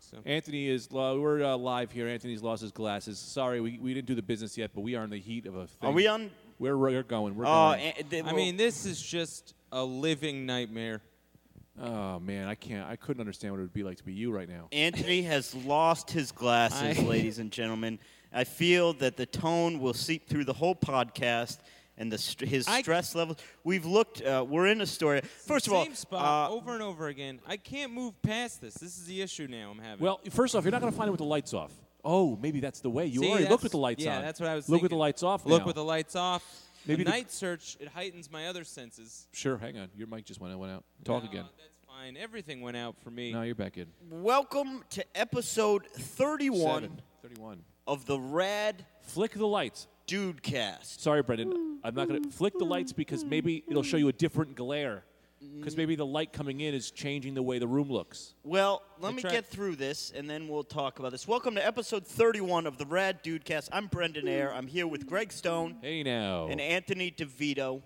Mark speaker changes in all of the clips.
Speaker 1: So.
Speaker 2: Anthony is lo- we're uh, live here. Anthony's lost his glasses. Sorry, we, we didn't do the business yet, but we are in the heat of a thing.
Speaker 3: Are we on?
Speaker 2: We're, we're going. We're
Speaker 3: Oh,
Speaker 2: going.
Speaker 3: and they-
Speaker 1: I
Speaker 3: well,
Speaker 1: mean, this is just a living nightmare.
Speaker 2: oh man, I can't. I couldn't understand what it would be like to be you right now.
Speaker 3: Anthony has lost his glasses,
Speaker 1: I-
Speaker 3: ladies and gentlemen. I feel that the tone will seep through the whole podcast and the st- his
Speaker 1: I-
Speaker 3: stress levels. We've looked. Uh, we're in a story. First of all,
Speaker 1: Same spot
Speaker 3: uh,
Speaker 1: over and over again. I can't move past this. This is the issue now I'm having.
Speaker 2: Well, first off, you're not going to find it with the lights off. Oh, maybe that's the way. You
Speaker 1: See,
Speaker 2: already
Speaker 1: that's-
Speaker 2: looked with the lights
Speaker 1: yeah,
Speaker 2: on.
Speaker 1: that's what I was
Speaker 2: Look with the
Speaker 1: thinking.
Speaker 2: lights off.
Speaker 1: Look
Speaker 2: now.
Speaker 1: with the lights off.
Speaker 2: Maybe
Speaker 1: Maybe
Speaker 2: the-
Speaker 1: night search it heightens my other senses.
Speaker 2: Sure, hang on. Your mic just went out. Went out. Talk
Speaker 1: No,
Speaker 2: again.
Speaker 1: That's fine. Everything went out for me.
Speaker 2: No, you're back in.
Speaker 3: welcome to episode 31
Speaker 2: Seven. 31.
Speaker 3: of the Rad
Speaker 2: Flick the lights.
Speaker 3: Dude Cast.
Speaker 2: Sorry, Brendan. I'm not going to flick the lights because maybe it'll show you a different glare. Because maybe the light coming in is changing the way the room looks.
Speaker 3: Well, let
Speaker 1: I
Speaker 3: me
Speaker 1: tried-
Speaker 3: get through this and then we'll talk about this. Welcome to episode 31 of the Rad Dude Cast. I'm Brendan Ayer. I'm here with Greg Stone
Speaker 2: Hey now.
Speaker 3: and Anthony DeVito.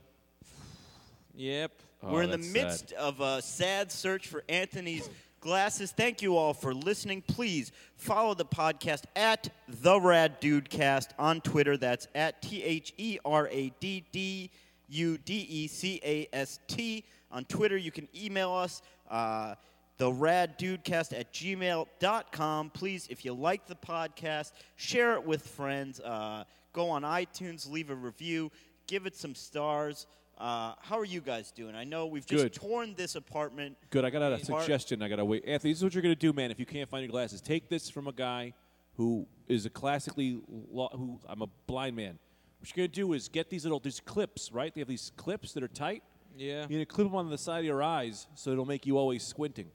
Speaker 1: Yep.
Speaker 2: Oh,
Speaker 3: We're in the
Speaker 2: that's
Speaker 3: midst
Speaker 2: sad.
Speaker 3: of a sad search for Anthony's glasses. Thank you all for listening. Please follow the podcast at the Rad Dude Cast on Twitter. That's at T H E R A D D U D E C A S T. On Twitter, you can email us. Uh, the rad dudecast at gmail.com please if you like the podcast share it with friends uh, go on itunes leave a review give it some stars uh, how are you guys doing i know we've just
Speaker 2: Good.
Speaker 3: torn this apartment
Speaker 2: Good. I got a
Speaker 3: Mark-
Speaker 2: suggestion. I got to wait. Anthony, this is what you're going to do, man. If you can't find your glasses, take this from a guy who is a classically lo- who I'm a blind man. What you're going to do is get these little these clips, right? They have these clips that are tight.
Speaker 1: Yeah.
Speaker 2: You're going to clip them on the side of your eyes so it'll make you always squinting.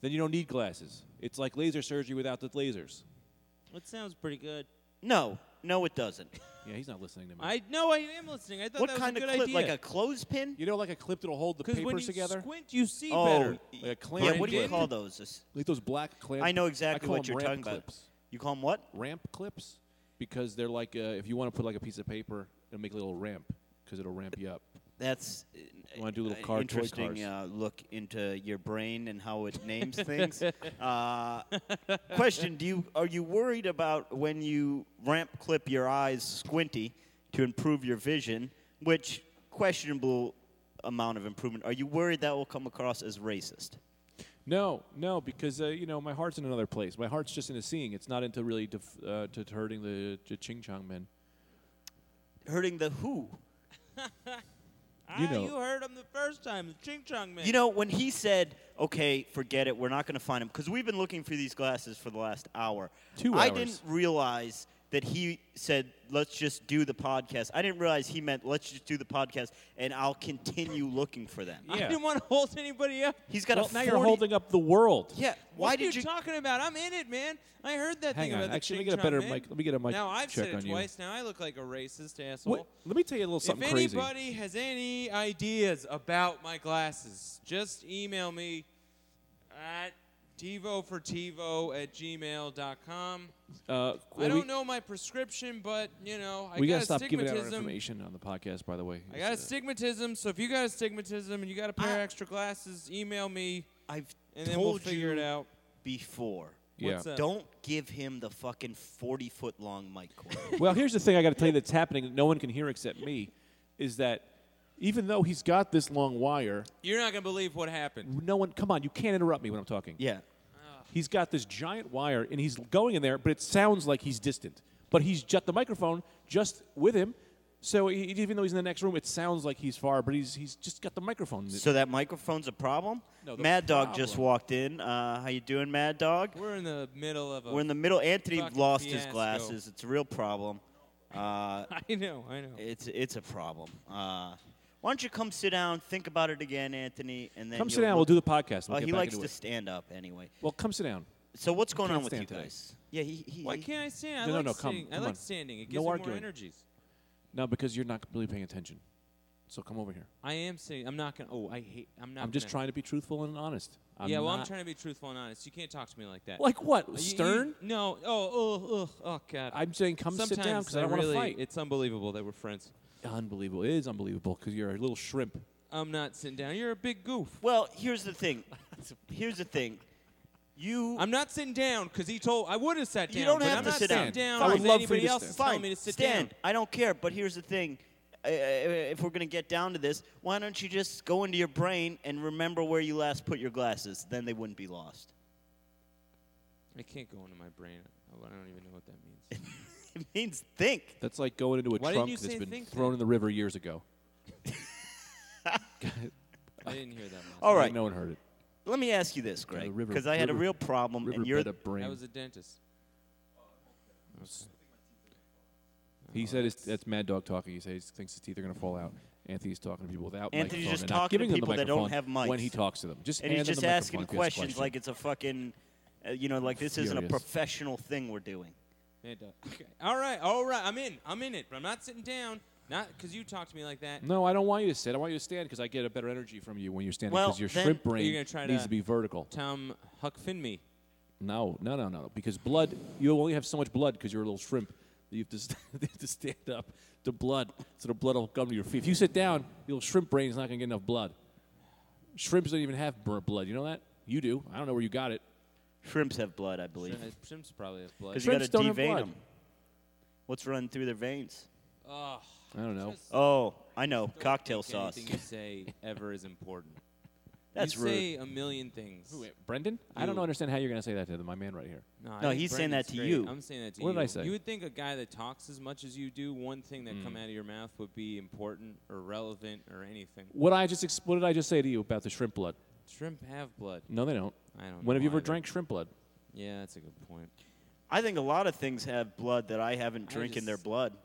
Speaker 2: Then you don't need glasses. It's like laser surgery without the lasers.
Speaker 1: That sounds pretty good.
Speaker 3: no no it doesn't
Speaker 2: Yeah, he's not listening to me.
Speaker 1: I no, I am listening. I thought
Speaker 3: what
Speaker 1: that
Speaker 3: kind
Speaker 1: was
Speaker 3: of
Speaker 1: a good
Speaker 3: clip
Speaker 1: idea.
Speaker 3: like a clothespin
Speaker 2: you know, like a clip that'll hold the
Speaker 1: Because
Speaker 2: papers
Speaker 1: when you
Speaker 2: together.
Speaker 1: squint, you see
Speaker 3: oh
Speaker 1: better.
Speaker 3: y-
Speaker 2: Like a clamp
Speaker 3: yeah what do you
Speaker 2: clip.
Speaker 3: call those This-
Speaker 2: Like those black clamp.
Speaker 3: i know exactly
Speaker 2: call
Speaker 3: what
Speaker 2: them
Speaker 3: you're talking
Speaker 2: ramp
Speaker 3: about
Speaker 2: clips.
Speaker 3: you call them what
Speaker 2: ramp clips because they're like uh, if you want to put like a piece of paper, it'll make a little ramp because it'll ramp you up.
Speaker 3: That's
Speaker 2: Wanna do little
Speaker 3: an
Speaker 2: car toy
Speaker 3: interesting
Speaker 2: cars.
Speaker 3: Uh, look into your brain and how it names things. Uh, question: Do you are you worried about when you ramp clip your eyes squinty to improve your vision? Which questionable amount of improvement? Are you worried that will come across as racist?
Speaker 2: No, no, because uh, you know my heart's in another place. My heart's just into seeing. It's not into really def- uh, to to hurting the, the Ching Chong men.
Speaker 3: Hurting the who?
Speaker 2: you
Speaker 1: ah,
Speaker 2: know.
Speaker 1: you heard him the first time, the Ching Chong man.
Speaker 3: You know when he said, "Okay, forget it. We're not going to find him," because we've been looking for these glasses for the last hour.
Speaker 2: Two
Speaker 3: I
Speaker 2: hours.
Speaker 3: didn't realize that he said, "Let's just do the podcast." I didn't realize he meant, "Let's just do the podcast," and I'll continue looking for them.
Speaker 1: I
Speaker 2: Yeah.
Speaker 1: didn't want to hold anybody up.
Speaker 3: He's got
Speaker 2: well,
Speaker 3: a. 40,
Speaker 2: now you're holding up the world.
Speaker 3: Yeah. Why
Speaker 1: what
Speaker 3: did
Speaker 1: are you,
Speaker 3: you?
Speaker 1: talking about? I'm in it, man. I heard that
Speaker 2: Hang
Speaker 1: thing
Speaker 2: on.
Speaker 1: about
Speaker 2: Actually, let me
Speaker 1: the
Speaker 2: get a better
Speaker 1: Ching Chong
Speaker 2: mic-
Speaker 1: man.
Speaker 2: let me get a mic
Speaker 1: Now I've
Speaker 2: check
Speaker 1: said
Speaker 2: on
Speaker 1: it
Speaker 2: you.
Speaker 1: twice. Now I look like a racist asshole.
Speaker 2: Wait, let me tell you a little
Speaker 1: if
Speaker 2: something crazy.
Speaker 1: anybody has any ideas about my glasses, just email me at devofortivo at gmail.com.
Speaker 2: Uh,
Speaker 1: I
Speaker 2: we,
Speaker 1: don't know my prescription, but, you know, I
Speaker 2: We
Speaker 1: got
Speaker 2: gotta stop giving out our
Speaker 1: astigmatism.
Speaker 2: information on the podcast, by the way.
Speaker 1: I got
Speaker 2: It's, uh,
Speaker 1: astigmatism, so if you got astigmatism and you got a pair of
Speaker 3: I-
Speaker 1: extra glasses, email me
Speaker 3: I've
Speaker 1: and then we'll
Speaker 3: told
Speaker 1: figure
Speaker 3: you
Speaker 1: it out.
Speaker 3: before.
Speaker 2: Yeah.
Speaker 1: What's up?
Speaker 3: Don't give him the fucking forty-foot-long mic cord.
Speaker 2: Well, here's the thing I got to tell you that's happening that no one can hear except me is that even though he's got this long wire,
Speaker 1: You're not going to believe what happened.
Speaker 2: no one, come on, you can't interrupt me when I'm talking.
Speaker 3: yeah.
Speaker 2: He's got this giant wire and he's going in there, but it sounds like he's distant. But he's got the microphone just with him. So he, even though he's in the next room, it sounds like he's far, but he's, he's just got the microphone.
Speaker 3: So that microphone's a problem.
Speaker 2: No, the
Speaker 3: Mad Dog just
Speaker 2: problem-
Speaker 3: walked in. Uh, how you doing, Mad Dog?
Speaker 1: We're in the middle of a.
Speaker 3: We're in the middle. Anthony
Speaker 1: Fucking
Speaker 3: lost his
Speaker 1: fiasco.
Speaker 3: glasses. It's a real problem. Uh,
Speaker 1: I know, I know.
Speaker 3: it's it's a problem. Uh, why don't you come sit down, think about it again, Anthony, and then
Speaker 2: come sit
Speaker 3: you'll
Speaker 2: down. We'll
Speaker 3: look-
Speaker 2: do the podcast. We'll
Speaker 3: Oh,
Speaker 2: get
Speaker 3: he
Speaker 2: back
Speaker 3: likes
Speaker 2: into
Speaker 3: to
Speaker 2: it.
Speaker 3: stand up anyway.
Speaker 2: Well, come sit down.
Speaker 3: So what's going on
Speaker 2: can't
Speaker 3: with you
Speaker 2: stand today.
Speaker 3: guys? Yeah, he. he
Speaker 1: Why
Speaker 3: he-
Speaker 1: can't I stand? I
Speaker 2: No, no,
Speaker 1: like
Speaker 2: no, come,
Speaker 1: standing.
Speaker 2: come
Speaker 1: I
Speaker 2: on.
Speaker 1: like standing. It gives
Speaker 2: No
Speaker 1: me more
Speaker 2: arguing.
Speaker 1: energies.
Speaker 2: No, because you're not really paying attention. So come over here.
Speaker 1: I am sitting. I'm not gonna. Oh, I hate. I'm not.
Speaker 2: I'm just
Speaker 1: gonna-
Speaker 2: trying to be truthful and honest. I'm
Speaker 1: yeah, well, I'm
Speaker 2: not-
Speaker 1: trying to be truthful and honest. You can't talk to me like that.
Speaker 2: Like
Speaker 1: You-
Speaker 2: what?
Speaker 1: you-
Speaker 2: Stern?
Speaker 1: no. Oh, oh, oh, oh, God.
Speaker 2: I'm saying come
Speaker 1: Sometimes
Speaker 2: sit down because I don't
Speaker 1: really,
Speaker 2: want to fight.
Speaker 1: It's unbelievable that we're friends.
Speaker 2: unbelievable. It is unbelievable because you're a little shrimp.
Speaker 1: I'm not sitting down. You're a big goof.
Speaker 3: Well, here's the thing. Here's the thing. You
Speaker 1: I'm not sitting down because he told I would have sat down.
Speaker 3: You don't
Speaker 1: but
Speaker 3: have
Speaker 1: I'm
Speaker 3: to
Speaker 1: not
Speaker 3: sit
Speaker 1: sitting
Speaker 3: down.
Speaker 1: down.
Speaker 3: Fine. I would
Speaker 1: unless
Speaker 2: love for you
Speaker 1: anybody
Speaker 2: to
Speaker 1: else
Speaker 2: stand.
Speaker 1: is telling me to sit
Speaker 3: stand.
Speaker 1: down.
Speaker 3: I don't care. But here's the thing: I- I- if we're gonna get down to this, why don't you just go into your brain and remember where you last put your glasses? Then they wouldn't be lost.
Speaker 1: I can't go into my brain. Oh, I don't even know what that means.
Speaker 3: It means think.
Speaker 2: That's like going into a
Speaker 1: Why didn't
Speaker 2: trunk
Speaker 1: you
Speaker 2: that's
Speaker 1: say
Speaker 2: been
Speaker 1: think
Speaker 2: thrown
Speaker 1: then?
Speaker 2: in the river years ago.
Speaker 1: I didn't hear that. Last
Speaker 3: All
Speaker 1: time.
Speaker 3: right.
Speaker 2: No one heard it.
Speaker 3: Let me ask you this,
Speaker 2: the
Speaker 3: Greg,
Speaker 2: river-
Speaker 3: because I had a
Speaker 2: river-
Speaker 3: real problem, and you're
Speaker 2: Riverbed of brain.
Speaker 1: I was a dentist.
Speaker 2: he said his, that's Mad Dog talking. He says he thinks his teeth are going to fall out. Anthony's talking to people without
Speaker 3: Anthony's
Speaker 2: microphones
Speaker 3: just
Speaker 2: and
Speaker 3: talking
Speaker 2: not
Speaker 3: to
Speaker 2: giving them the
Speaker 3: people that don't
Speaker 2: microphone
Speaker 3: have mics.
Speaker 2: when he talks to them. Just
Speaker 3: and he's
Speaker 2: hand them
Speaker 3: just
Speaker 2: the
Speaker 3: asking
Speaker 2: microphone if he has
Speaker 3: questions like it's a fucking, uh, you know, like this isn't a
Speaker 2: Furious.
Speaker 3: professional thing we're doing.
Speaker 1: And, uh, okay. All right. All right. I'm in. I'm in it. But I'm not sitting down. Not because you talked to me like that.
Speaker 2: No, I don't want you to sit. I want you to stand because I get a better energy from you when you're standing
Speaker 3: Well,
Speaker 2: because your
Speaker 3: then-
Speaker 2: shrimp
Speaker 1: You're
Speaker 2: brain
Speaker 1: gonna try
Speaker 2: needs
Speaker 1: to-
Speaker 2: to be vertical.
Speaker 1: Tom Huck Finn me.
Speaker 2: No, no, no, no. Because blood, you only have so much blood because you're a little shrimp. that You have, to, st- you have to stand up to blood so the blood will come to your feet. If you sit down, your little shrimp brain is not going to get enough blood. Shrimps don't even have bur- blood. You know that? You do. I don't know where you got it.
Speaker 3: Shrimps have blood, I believe,
Speaker 1: Uh, Shrimps probably have
Speaker 3: because
Speaker 1: blood.
Speaker 3: you got to
Speaker 2: Shrimps don't have
Speaker 3: devein
Speaker 2: blood.
Speaker 3: them. What's running through their veins?
Speaker 1: Oh,
Speaker 2: I don't know.
Speaker 3: Oh, I know, cocktail sauce.
Speaker 1: Anything you say ever is important.
Speaker 3: That's
Speaker 1: you
Speaker 3: rude.
Speaker 1: say a million things.
Speaker 2: Wait, Brendan? I don't
Speaker 1: You.
Speaker 2: understand how you're going to say that to the- my man right here.
Speaker 1: No, I
Speaker 3: No,
Speaker 1: think
Speaker 3: he's saying
Speaker 1: Brendan's
Speaker 3: that to
Speaker 1: great.
Speaker 3: you.
Speaker 1: I'm saying that to
Speaker 2: What
Speaker 1: you.
Speaker 2: did I say?
Speaker 1: You would think a guy that talks as much as you do, one thing that
Speaker 3: Mm.
Speaker 1: come out of your mouth would be important or relevant or anything.
Speaker 2: What I just ex- what did I just say to you about the shrimp blood?
Speaker 1: Shrimp have blood.
Speaker 3: Mm.
Speaker 2: No, they don't.
Speaker 1: I don't
Speaker 2: When
Speaker 1: know
Speaker 2: have you ever
Speaker 1: either.
Speaker 2: drank shrimp blood?
Speaker 1: Yeah, that's a good point.
Speaker 3: I think a lot of things have blood that I haven't
Speaker 1: I
Speaker 3: drank in
Speaker 1: just-
Speaker 3: their blood.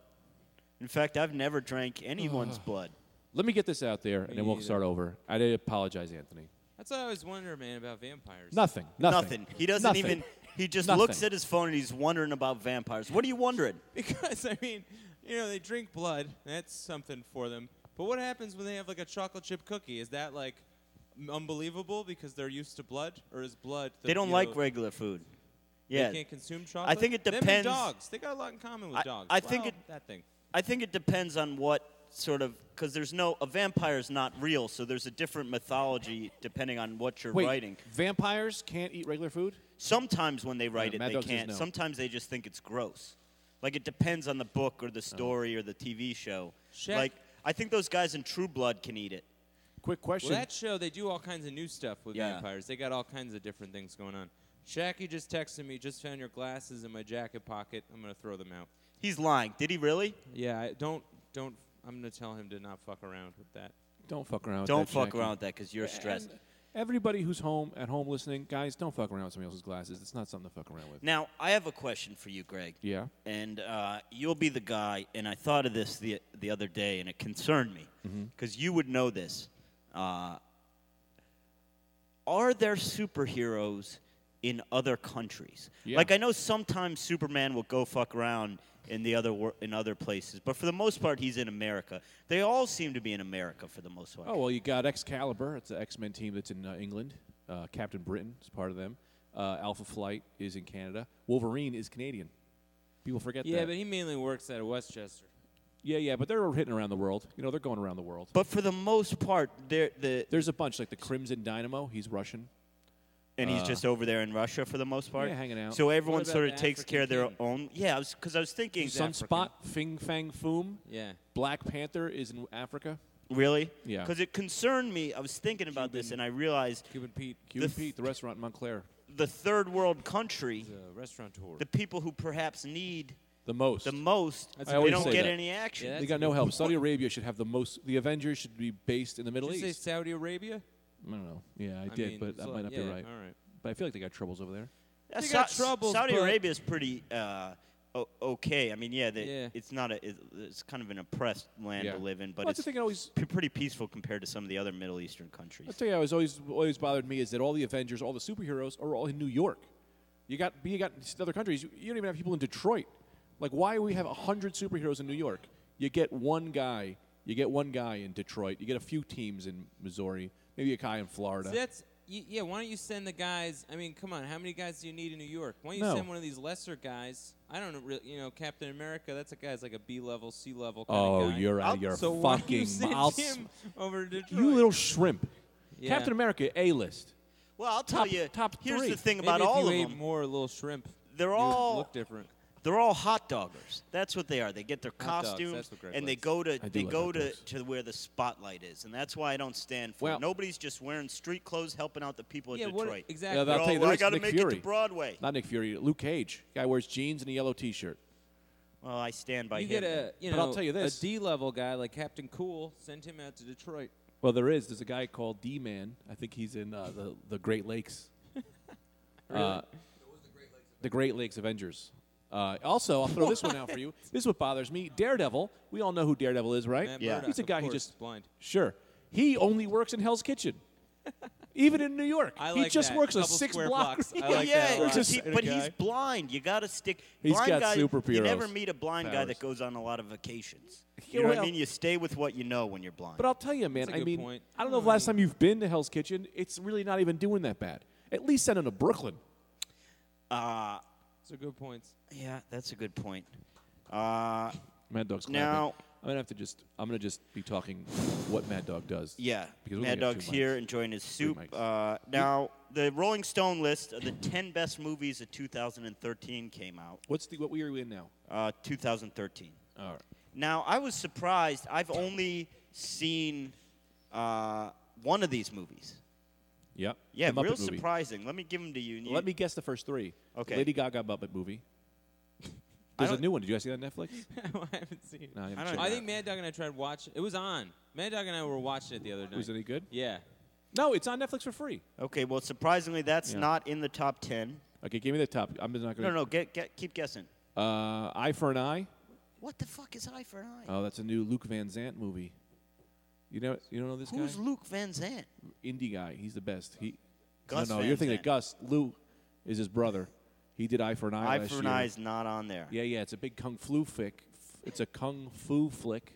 Speaker 3: In fact, I've never drank anyone's blood.
Speaker 2: Let me get this out there, and then we'll
Speaker 1: either.
Speaker 2: start over. I did apologize, Anthony.
Speaker 1: That's what I always wonder, man, about vampires.
Speaker 2: Nothing.
Speaker 3: Nothing.
Speaker 2: Nothing.
Speaker 3: He doesn't
Speaker 2: Nothing.
Speaker 3: even. He just
Speaker 2: Nothing.
Speaker 3: looks at his phone and he's wondering about vampires. What are you wondering?
Speaker 1: Because I mean, you know, they drink blood. That's something for them. But what happens when they have like a chocolate chip cookie? Is that like m- unbelievable because they're used to blood, or is blood? The,
Speaker 3: They don't
Speaker 1: you
Speaker 3: like
Speaker 1: know,
Speaker 3: regular food.
Speaker 1: They
Speaker 3: Yeah,
Speaker 1: can't consume chocolate.
Speaker 3: think it
Speaker 1: Them and
Speaker 3: depends-
Speaker 1: dogs. They got a lot in common with
Speaker 3: I-
Speaker 1: dogs.
Speaker 3: I think
Speaker 1: Wow,
Speaker 3: it-
Speaker 1: that thing.
Speaker 3: I think it depends on what sort of because there's no a vampire is not real, so there's a different mythology depending on what you're
Speaker 2: Wait,
Speaker 3: writing.
Speaker 2: vampires can't eat regular food?
Speaker 3: Sometimes when they write
Speaker 2: Yeah,
Speaker 3: it,
Speaker 2: Mad
Speaker 3: they
Speaker 2: Dog says
Speaker 3: can't.
Speaker 2: no.
Speaker 3: Sometimes they just think it's gross. Like it depends on the book or the
Speaker 2: Oh.
Speaker 3: story or the TV show.
Speaker 1: Chef-
Speaker 3: Like I think those guys in True Blood can eat it.
Speaker 2: Quick question.
Speaker 1: Well, that show they do all kinds of new stuff with
Speaker 3: Yeah.
Speaker 1: vampires. They got all kinds of different things going on. Shacky just texted me. Just found your glasses in my jacket pocket. I'm gonna throw them out.
Speaker 3: He's lying. Did he really?
Speaker 1: Yeah, I, don't don't. I'm gonna tell him to not fuck around with that.
Speaker 2: don't fuck around. with
Speaker 3: Don't
Speaker 2: that,
Speaker 3: fuck
Speaker 2: Jackie.
Speaker 3: around with that because you're stressed.
Speaker 2: And everybody who's home at home listening, guys, don't fuck around with somebody else's glasses. It's not something to fuck around with.
Speaker 3: Now I have a question for you, Greg.
Speaker 2: Yeah.
Speaker 3: and uh, you'll be the guy. And I thought of this the the other day, and it concerned me
Speaker 2: Mm-hmm.
Speaker 3: because you would know this. Uh, are there superheroes in other countries?
Speaker 2: Yeah.
Speaker 3: Like I know sometimes Superman will go fuck around in the other wor- in other places, but for the most part, he's in America. They all seem to be in America for the most part.
Speaker 2: Oh well, you got Excalibur. It's an X-Men team that's in uh, England. Uh, Captain Britain is part of them. Uh, Alpha Flight is in Canada. Wolverine is Canadian. People forget
Speaker 1: Yeah,
Speaker 2: that.
Speaker 1: but he mainly works out of Westchester.
Speaker 2: yeah, yeah, but they're hitting around the world. You know, they're going around the world.
Speaker 3: But for the most part, they're the
Speaker 2: There's a bunch like the Crimson Dynamo. He's Russian.
Speaker 3: and he's just over there in Russia for the most part.
Speaker 2: Uh. Yeah, hanging out.
Speaker 3: So everyone
Speaker 1: about
Speaker 3: sort of
Speaker 1: the
Speaker 3: takes
Speaker 1: African
Speaker 3: care of their
Speaker 1: King?
Speaker 3: own. Yeah, because I was thinking.
Speaker 2: Sunspot, Fing Fang Foom.
Speaker 1: Yeah.
Speaker 2: Black Panther is in Africa.
Speaker 3: Really?
Speaker 2: Yeah.
Speaker 3: Because it concerned me. I was thinking about this, and I realized
Speaker 1: Cuban Pete,
Speaker 2: Cuban
Speaker 3: th-
Speaker 2: Pete, the restaurant in Montclair,
Speaker 3: the third world country,
Speaker 1: the restaurateur.
Speaker 3: the people who perhaps need
Speaker 2: the most.
Speaker 3: the most,
Speaker 2: That's a
Speaker 3: they
Speaker 2: good
Speaker 3: don't
Speaker 2: point.
Speaker 3: get
Speaker 2: Yeah.
Speaker 3: any action.
Speaker 1: Yeah,
Speaker 2: they got no help. Saudi Arabia should have the most. The Avengers should be based in the Middle
Speaker 1: Did you say
Speaker 2: East.
Speaker 1: Saudi Arabia?
Speaker 2: I don't know. Yeah, I, did,
Speaker 1: mean,
Speaker 2: but that
Speaker 1: so-
Speaker 2: might not be
Speaker 1: yeah,
Speaker 2: right.
Speaker 1: All right.
Speaker 2: But I feel like they got troubles over there.
Speaker 3: Yeah,
Speaker 1: They got
Speaker 3: Sa-
Speaker 1: troubles,
Speaker 3: Saudi
Speaker 1: but-
Speaker 3: Arabia is pretty uh, o- okay. I mean, yeah, they,
Speaker 1: Yeah.
Speaker 3: it's not a, it- it's kind of an oppressed land
Speaker 2: Yeah.
Speaker 3: to live in, but
Speaker 2: Well, that's
Speaker 3: it's
Speaker 2: the thing. I always
Speaker 3: p- pretty peaceful compared to some of the other Middle Eastern
Speaker 2: I
Speaker 3: countries.
Speaker 2: tell you, I was always always bothered me is that all the Avengers, all the superheroes are all in New York. You got you got these other countries. You, you don't even have people in Detroit. Like, why we have hundred superheroes in New York? You get one guy. You get one guy in Detroit. You get a few teams in Missouri. Maybe a guy in Florida.
Speaker 1: So that's y- yeah. Why don't you send the guys? I mean, come on. How many guys do you need in New York? Why don't you
Speaker 2: No.
Speaker 1: send one of these lesser guys? I don't really, you know, Captain America. That's a guy's like a B level, C level. Kind
Speaker 2: Oh,
Speaker 1: of guy.
Speaker 2: you're out
Speaker 3: I'll-
Speaker 2: of your
Speaker 1: so why don't you
Speaker 2: fucking
Speaker 1: send
Speaker 2: mouth.
Speaker 1: him over to Detroit?
Speaker 2: You little shrimp.
Speaker 1: Yeah.
Speaker 2: Captain America, A list.
Speaker 3: Well, I'll tell
Speaker 2: Top-
Speaker 3: you.
Speaker 2: top
Speaker 3: here's
Speaker 2: three.
Speaker 3: the thing about
Speaker 1: Maybe if
Speaker 3: all
Speaker 1: you
Speaker 3: of
Speaker 1: ate
Speaker 3: them.
Speaker 1: more little shrimp.
Speaker 3: They're
Speaker 1: you would
Speaker 3: all-
Speaker 1: look different.
Speaker 3: They're all hot doggers. That's what they are. They get their
Speaker 1: Hot dogs,
Speaker 3: costumes
Speaker 1: that's what Greg
Speaker 3: and they
Speaker 1: likes.
Speaker 3: go to
Speaker 2: do
Speaker 3: they
Speaker 2: like
Speaker 3: go
Speaker 2: hot
Speaker 3: to,
Speaker 2: dogs.
Speaker 3: to where the spotlight is, and that's why I don't stand for
Speaker 2: Well-
Speaker 3: it. Nobody's just wearing street clothes helping out the people of
Speaker 1: Yeah,
Speaker 3: Detroit.
Speaker 1: what
Speaker 3: They're
Speaker 1: exactly?
Speaker 2: Yeah, I'll
Speaker 3: all,
Speaker 2: tell you, there
Speaker 3: "Well, I
Speaker 2: was
Speaker 3: got to
Speaker 2: Nick
Speaker 3: make it
Speaker 2: Fury."
Speaker 3: to Broadway.
Speaker 2: Not Nick Fury, Luke Cage. Guy wears jeans and a yellow T-shirt.
Speaker 3: Well, I stand by
Speaker 1: you
Speaker 3: him.
Speaker 1: get a you know
Speaker 2: But I'll tell you this.
Speaker 1: a D level guy like Captain Cool. Send him out to Detroit.
Speaker 2: Well, there is. There's a guy called D Man. I think he's in uh, the the Great Lakes. Uh, the Great Lakes Avengers. Uh, also, I'll throw this one out for you. This is what bothers me. Daredevil. We all know who Daredevil is, right?
Speaker 1: Matt
Speaker 3: Yeah.
Speaker 1: Murdock,
Speaker 2: he's a
Speaker 1: of
Speaker 2: guy who
Speaker 1: course,
Speaker 2: just
Speaker 1: blind.
Speaker 2: sure. He only works in Hell's Kitchen. Even in New York,
Speaker 1: I
Speaker 2: he
Speaker 1: like
Speaker 2: just
Speaker 1: that.
Speaker 2: works a
Speaker 1: Couple
Speaker 2: six
Speaker 1: square
Speaker 2: block.
Speaker 1: blocks. I
Speaker 2: radius.
Speaker 3: Well,
Speaker 1: like that
Speaker 3: yeah,
Speaker 1: a lot.
Speaker 3: just-
Speaker 2: Just-
Speaker 3: but he's
Speaker 2: okay.
Speaker 3: blind. You got to stick.
Speaker 2: He's
Speaker 3: blind
Speaker 2: got
Speaker 3: guy, You
Speaker 2: superheroes.
Speaker 3: never meet a blind guy that goes on a lot of vacations. You know what I
Speaker 2: Well-
Speaker 3: mean? You stay with what you know when you're blind.
Speaker 2: But I'll tell you, man.
Speaker 1: That's a
Speaker 2: I
Speaker 1: good
Speaker 2: mean,
Speaker 1: point.
Speaker 2: I don't know if last time you've been to Hell's Kitchen. It's really not even doing that bad. At least send him to Brooklyn.
Speaker 3: uh,
Speaker 1: So good points.
Speaker 3: yeah, that's a good point. Uh,
Speaker 2: Mad Dog's clapping.
Speaker 3: Now-
Speaker 2: I'm gonna have to just. I'm gonna just be talking what Mad Dog does.
Speaker 3: yeah,
Speaker 2: Because we only
Speaker 3: Mad
Speaker 2: got two
Speaker 3: Dog's here
Speaker 2: mics.
Speaker 3: enjoying his soup.
Speaker 2: mics.
Speaker 3: Uh, now, the Rolling Stone list of the 10 best movies of 2013 came out.
Speaker 2: What's the what we are we in now?
Speaker 3: Uh, 2013.
Speaker 2: All right.
Speaker 3: Now, I was surprised. I've only seen uh, one of these movies.
Speaker 2: Yep.
Speaker 3: Yeah,
Speaker 2: the Muppet
Speaker 3: real
Speaker 2: movie.
Speaker 3: surprising. Let me give them to you.
Speaker 2: Let me guess the first three.
Speaker 3: Okay.
Speaker 2: Lady Gaga Muppet movie.
Speaker 3: I
Speaker 2: There's a
Speaker 3: don't-
Speaker 2: new one. Did you guys see that on Netflix?
Speaker 1: I haven't seen. it.
Speaker 2: No, I haven't
Speaker 3: I don't
Speaker 2: checked
Speaker 1: I
Speaker 2: it
Speaker 1: think Mad Dog and I tried watch. It was on. Mad Dog and I were watching it the other night.
Speaker 2: out. Was it any good?
Speaker 1: Yeah.
Speaker 2: No, it's on Netflix for free.
Speaker 3: Okay, well, surprisingly, that's
Speaker 2: Yeah.
Speaker 3: not in the top 10.
Speaker 2: Okay, give me the top. I'm just not
Speaker 3: No,
Speaker 2: gonna.
Speaker 3: no, get, get, keep guessing.
Speaker 2: no. Uh, Eye for an Eye.
Speaker 3: What the fuck is Eye for an Eye?
Speaker 2: Oh, that's a new Luke Van Zant movie. You know, you don't know this
Speaker 3: Who's
Speaker 2: guy?
Speaker 3: Luke Van Zant?
Speaker 2: Indie guy. He's the best. He.
Speaker 3: Gus
Speaker 2: no, no,
Speaker 3: Van
Speaker 2: you're thinking
Speaker 3: Zant.
Speaker 2: of Gus. Lou is his brother. He did Eye for an Eye.
Speaker 3: Eye
Speaker 2: last
Speaker 3: for an
Speaker 2: year.
Speaker 3: Eye is not on there.
Speaker 2: Yeah, yeah, it's a big kung flu flick. It's a kung fu flick.